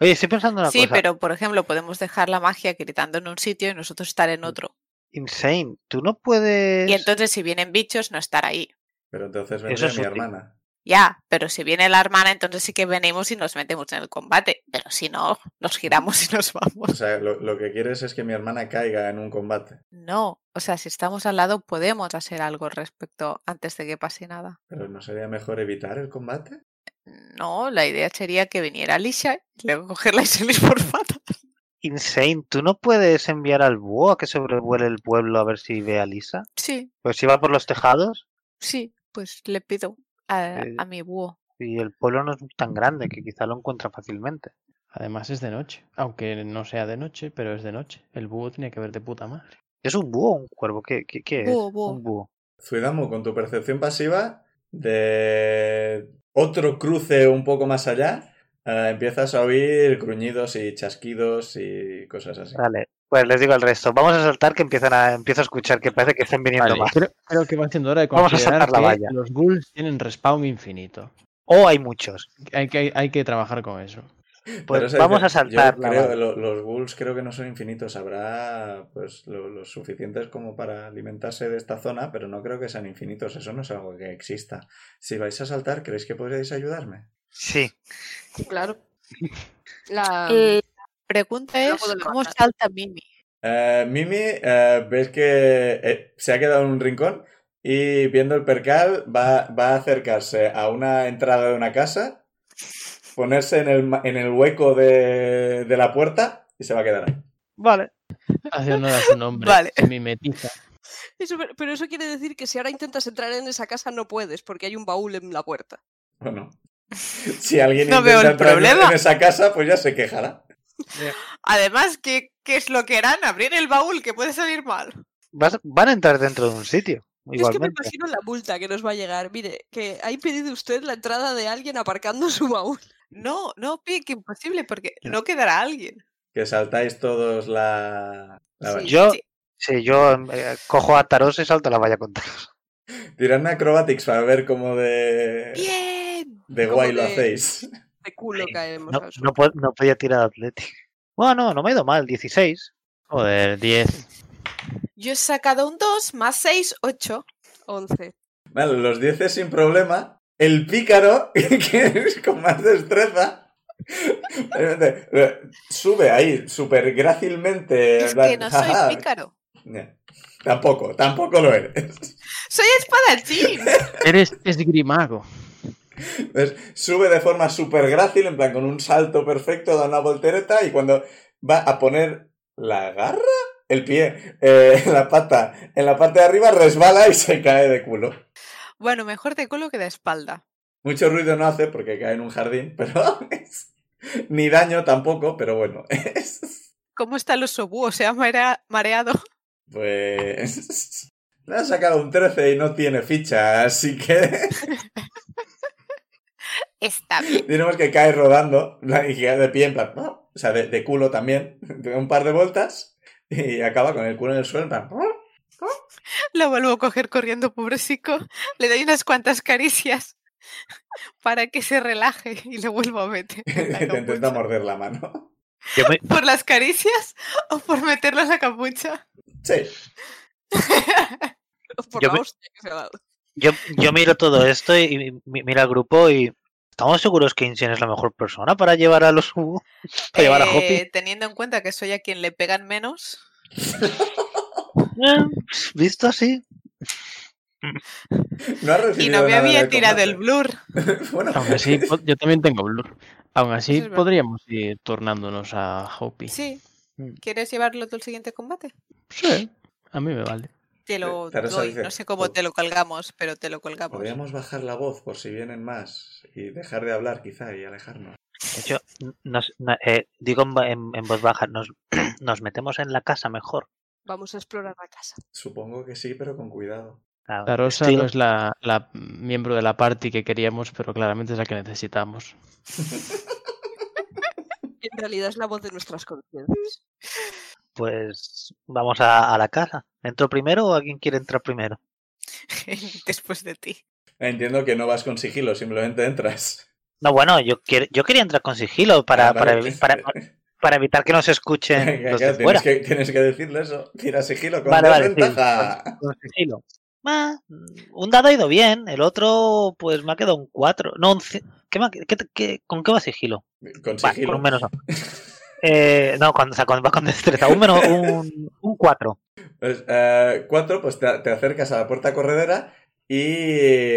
E: Oye, estoy pensando una
B: Sí,
E: cosa.
B: pero por ejemplo, podemos dejar la magia gritando en un sitio y nosotros estar en otro.
E: Insane, tú no puedes.
B: Y entonces, si vienen bichos, no estar ahí.
A: Pero entonces
E: Eso
A: vendría
E: es
A: mi
E: útil.
A: hermana.
B: Ya, pero si viene la hermana, entonces sí que venimos y nos metemos en el combate. Pero si no, nos giramos y nos
A: O
B: vamos.
A: sea, lo, lo que quieres es que mi hermana caiga en un combate.
B: No, o sea, si estamos al lado, podemos hacer algo al respecto antes de que pase nada.
A: Pero ¿no sería mejor evitar el combate?
B: No, la idea sería que viniera Alicia y luego cogerla y salir por patas.
E: Insane, tú no puedes enviar al búho a que sobrevuele el pueblo a ver si ve a Lisa.
B: Sí,
E: Pues si va por los tejados
B: sí, pues le pido a,
E: Eh,
B: a mi búho.
E: y el pueblo no es tan grande que quizá lo encuentra fácilmente.
C: Además es de noche, aunque no sea de noche, pero es de noche. El búho tiene que ver de puta madre.
E: ¿Es un búho o un cuervo? ¿Qué, qué, qué es?
B: Búho, búho.
E: Un búho.
A: Zuidamu, con tu percepción pasiva de otro cruce un poco más allá, Ah, empiezas a oír gruñidos y chasquidos y cosas así.
E: Vale, pues les digo al resto. Vamos a saltar que empiezan a, empiezo a escuchar que parece que están viniendo
C: Vale,
E: más.
C: creo, creo que va siendo hora de
E: Vamos a
C: considerar
E: saltar la
C: que
E: valla.
C: los ghouls tienen respawn infinito.
E: O hay muchos.
C: Hay que, hay que trabajar con eso.
A: Pero
E: Pues
A: eso
E: vamos
A: dice,
E: a saltar
A: yo
E: la
A: creo-
E: valla.
A: lo- los ghouls creo que no son infinitos. Habrá pues lo- los suficientes como para alimentarse de esta zona, pero no creo que sean infinitos. Eso no es algo que exista. Si vais a saltar, ¿creéis que podréis ayudarme?
E: Sí.
D: Claro. La...
E: Eh,
B: La pregunta
D: Yo
B: es,
D: lo puedo
B: ¿cómo
D: levantar.
B: salta Mimi?
A: Eh, Mimi, eh, ves que eh, se ha quedado en un rincón y viendo el percal va, va a acercarse a una entrada de una casa, ponerse en el, ma- en el hueco de, de la puerta y se va a quedar ahí.
E: Vale.
C: Hace honor a su nombre.
B: Vale.
C: Se mimetiza.
D: Eso, pero- pero eso quiere decir que si ahora intentas entrar en esa casa no puedes, porque hay un baúl en la puerta.
A: Bueno, si alguien
B: No veo
A: intenta
B: el
A: entrar en-
B: problema.
A: en esa casa, pues ya se quejará.
B: Además, ¿qué, qué es lo que harán? Abrir el baúl, que puede salir mal.
E: Vas- van a entrar dentro de un
D: Yo Es
E: sitio.
D: que me
E: Igualmente.
D: imagino la multa que nos va a llegar. Mire, que ha impedido usted la entrada de alguien aparcando su baúl.
B: No, no, pi- que imposible, porque no quedará alguien.
A: Que saltáis todos la... la
B: Ah,
D: Sí.
A: valla.
E: Yo,
B: Sí.
E: sí, yo eh, cojo a Taros y salto a la valla con Taros.
A: Tiradme acrobatics para ver cómo de,
B: ¡Bien!
A: de
D: Cómo
A: guay lo
D: de-
A: hacéis.
D: De culo
E: Ay,
D: caemos.
E: No,
D: al suelo.
E: no, po- no podía tirar Athletic. Bueno, no, no me ha ido mal, 16.
C: Joder, 10.
B: Yo he sacado un 2 más 6, 8.
D: 11.
A: Vale, los 10 es sin problema. El pícaro, que es con más destreza, realmente, eh, sube ahí súper grácilmente.
B: Es
A: en plan,
B: que no soy
A: "Jaja".
B: pícaro.
A: No, Tampoco, tampoco lo eres.
B: ¡Soy espadachín!
C: Eres esgrimago.
A: Entonces, sube de forma súper grácil, en plan con un salto perfecto, da una voltereta y cuando va a poner la garra, el pie, eh, la pata en la parte de arriba, resbala y se cae de culo.
B: Bueno, mejor de culo que de espalda.
A: Mucho ruido no hace porque cae en un jardín, pero es- ni daño tampoco, pero bueno. es-
B: ¿Cómo está el oso búho? ¿Se ha marea- mareado?
A: pues... Le ha sacado un 13 y no tiene ficha, así que
B: Está bien.
A: diremos que cae rodando en plan, y queda de pie, en plan, ¿no? o sea, de, de culo también, de un par de vueltas y acaba con el culo en el suelo, en plan, ¿no?
B: Lo vuelvo a coger corriendo, pobrecico. Le doy unas cuantas caricias para que se relaje y lo vuelvo a meter. en la
A: te intenta
B: capucha.
A: morder la mano.
E: Yo me,
B: ¿Por las caricias o por meterlo en la capucha?
A: Sí,
D: Por
E: Yo
D: la
E: me-
D: hostia que se ha dado.
E: yo, yo miro todo esto y, y mi- mira al grupo y. ¿Estamos seguros que Insane es la mejor persona para llevar a los U? Para llevar a Hopi.
B: Eh, Teniendo en cuenta que soy a quien le pegan menos.
E: Eh, Visto así.
A: no ha recibido
B: Y no me
A: nada en
B: había
A: el
B: tirado el
A: combate.
B: blur.
A: Bueno,
C: Aún así, po- yo también tengo blur. Aún así,
B: Eso es verdad.
C: podríamos ir turnándonos a Hopi.
B: Sí.
E: Mm.
B: ¿Quieres llevarlo tú al siguiente combate?
C: Sí, a mí me vale.
B: Te lo
A: Teresa
B: doy.
A: dice,
B: No sé cómo
A: "Pod-
B: te lo colgamos, pero te lo colgamos.
A: podríamos bajar la voz por si vienen más y dejar de hablar quizá y alejarnos.
E: De hecho, nos- na- eh, digo en, va- en- en voz baja, nos, nos metemos en la casa mejor.
D: Vamos a explorar la casa.
A: Supongo que sí, pero con cuidado.
E: Claro,
C: Tarosa
E: estoy-
C: no es la, la miembro de la party que queríamos, pero claramente es la que necesitamos.
D: En realidad es la voz de nuestras conciencias.
E: Pues vamos a, a la casa. ¿Entro primero o alguien quiere entrar primero?
B: Después de ti.
A: Entiendo que no vas con sigilo, simplemente entras.
E: No, bueno, yo, quiero, yo quería entrar con sigilo para,
A: Ah,
E: para,
A: vale.
E: evi- para, para evitar que nos escuchen
A: Venga,
E: los
A: claro,
E: de fuera.
A: tienes, que, tienes que decirle eso. Tira sigilo con
E: Vale, vale, sí,
A: desventaja.
E: con sigilo. Ah, un dado ha ido bien, el otro pues me ha quedado un 4. No, un ci- ¿qué me ha- qué te- qué- ¿Con qué va sigilo?
A: Con
E: Va,
A: sigilo.
E: con Pues un menos uno. Eh, no, con, o sea, con- va con destreza. Un menos un, un 4.
A: Pues, eh, cuatro, pues te, te acercas a la puerta corredera y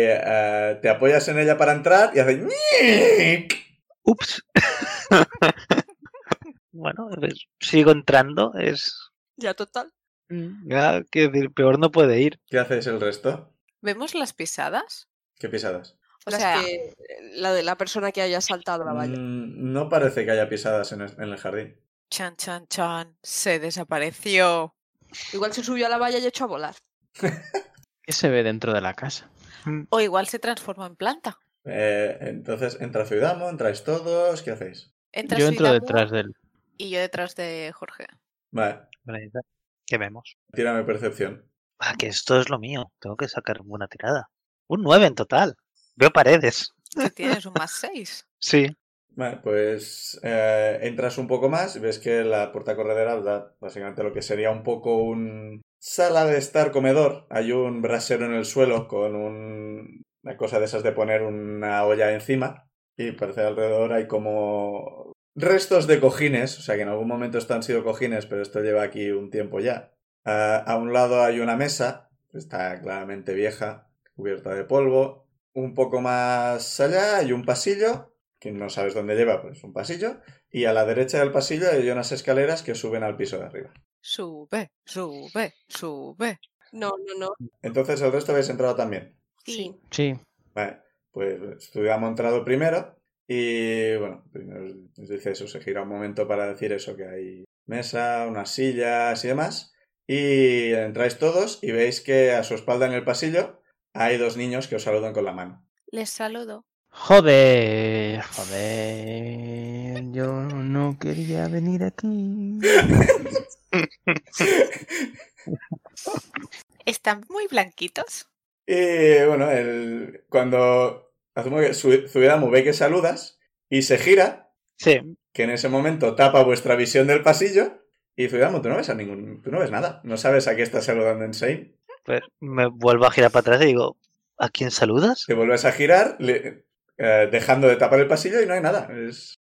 A: eh, te apoyas en ella para entrar y haces... ñic.
E: Ups. bueno, pues, sigo entrando. Es.
D: Ya total.
E: Mm, Ya, que decir, peor no puede ir.
A: ¿Qué haces el resto?
B: ¿Vemos las pisadas?
A: ¿Qué pisadas?
B: O
D: Las
B: sea,
D: que- la de la persona que haya saltado la valla.
A: Mm, no parece que haya pisadas en el, en el jardín.
B: chan, chan, chan. Se desapareció.
D: Igual se subió a la valla y echó a volar.
C: ¿Qué se ve dentro de la casa?
B: O igual se transformó en planta.
A: Eh, entonces, entra Ciudadamo, entráis todos, ¿qué hacéis?
B: Entra
C: Yo entro
B: Suidamu
C: detrás de él.
B: Y yo detrás de Jorge.
A: Vale,
E: Vale, ¿Qué vemos?
A: tírame percepción.
E: Ah, que esto es lo mío. Tengo que sacar una tirada. Un 9 en total. Veo paredes.
B: Que tienes un más 6.
E: Sí.
A: Vale, pues eh, entras un poco más y ves que la puerta corredera da básicamente lo que sería un poco un sala de estar comedor. Hay un brasero en el suelo con un- una cosa de esas de poner una olla encima y parece alrededor hay como restos de cojines, o sea que en algún momento esto han sido cojines, pero esto lleva aquí un tiempo ya. Ah, a un lado hay una mesa, está claramente vieja, cubierta de polvo. Un poco más allá hay un pasillo que no sabes dónde lleva, pues un pasillo, y a la derecha del pasillo hay unas escaleras que suben al piso de arriba.
B: Sube, sube, sube.
D: No, no, no.
A: Entonces el resto habéis entrado también.
D: Sí.
C: Sí.
A: Vale, pues estudiamos entrado primero y bueno, primero os dice eso, se gira un momento para decir eso, que hay mesa, unas sillas y demás. Y entráis todos y veis que a su espalda en el pasillo hay dos niños que os saludan con la mano.
B: Les saludo.
C: Joder, joder. Yo no quería venir aquí.
B: Están muy blanquitos.
A: Y bueno, el, cuando asumo que Su- Zuidamu ve que saludas y se gira
E: Sí.
A: que en ese momento tapa vuestra visión del pasillo y Zuidamo, tú no ves a ningún, tú no ves nada, no sabes a qué está saludando Insane.
E: Pues me vuelvo a girar para atrás y digo, ¿a quién saludas?
A: Te vuelves a girar, le- eh, dejando de tapar el pasillo y no hay nada. Es-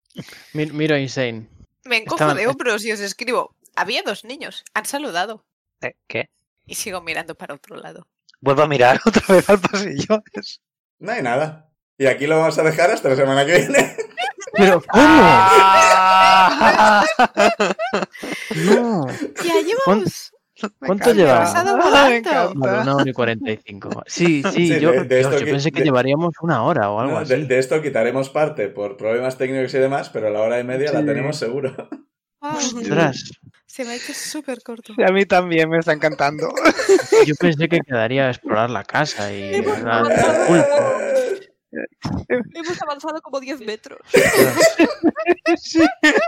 C: Mi- Miro a Insane.
B: Me encojo
C: Estaban-
B: de hombros y os escribo. Había dos niños. Han saludado.
E: Eh, ¿Qué?
B: Y sigo mirando para otro lado.
E: Vuelvo a mirar otra vez al pasillo. Es-
A: no hay nada. Y aquí lo vamos a dejar hasta la semana que viene.
C: Pero ¿cómo?
E: ¡Ah!
C: No.
B: Ya llevamos.
C: ¿Cuánto
E: Me
C: llevamos?
E: encanta,
B: Pasado
E: me
B: volando.
E: encanta.
C: No, ni 45. Sí, sí,
A: Sí,
C: yo,
A: de- de esto
C: yo
A: que-
C: pensé que
A: de-
C: llevaríamos una hora o algo
A: No,
C: así.
A: de, de esto quitaremos parte por problemas técnicos y demás, pero la hora y media la
E: Sí.
A: tenemos seguro.
B: Guau,
C: Ostras,
B: se me ha hecho súper corto.
E: A mí también me está encantando.
C: yo pensé que quedaría a explorar la casa y
D: Hemos
C: hablar del
D: avanzado.
C: pulpo.
D: Hemos avanzado como 10 metros.
E: Sí.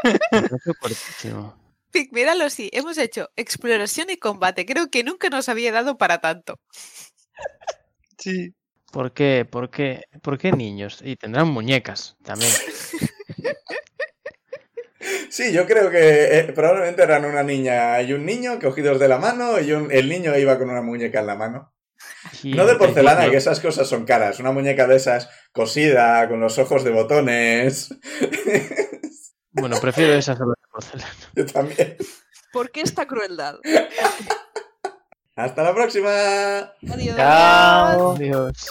C: Me parece cortísimo.
B: Pic, míralo sí. Hemos hecho exploración y combate. Creo que nunca nos había dado para tanto.
E: sí.
C: ¿Por qué? ¿Por qué? ¿Por qué niños? Y tendrán muñecas también.
A: Sí, yo creo que eh, probablemente eran una niña y un niño cogidos de la mano y un- el niño iba con una muñeca en la mano.
C: Sí,
A: No de
C: en
A: porcelana, que
C: principio-
A: esas cosas son caras. Una muñeca de esas cosida, con los ojos de botones.
C: Bueno, prefiero esas a las de porcelana.
A: Yo también.
D: ¿Por qué esta crueldad?
A: Hasta la próxima.
D: Adiós.
E: Chao.
C: Dios.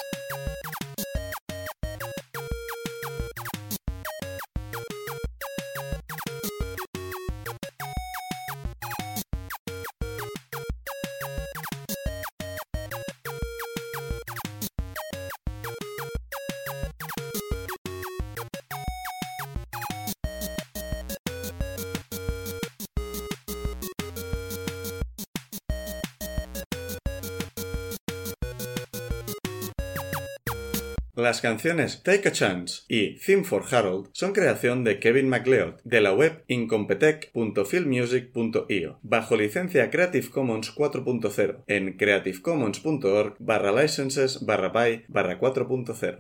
A: Las canciones Take a Chance y Theme for Harold son creación de Kevin MacLeod de la web incompetech.filmmusic.io bajo licencia Creative Commons 4.0 en creativecommons.org barra licenses barra by barra 4.0.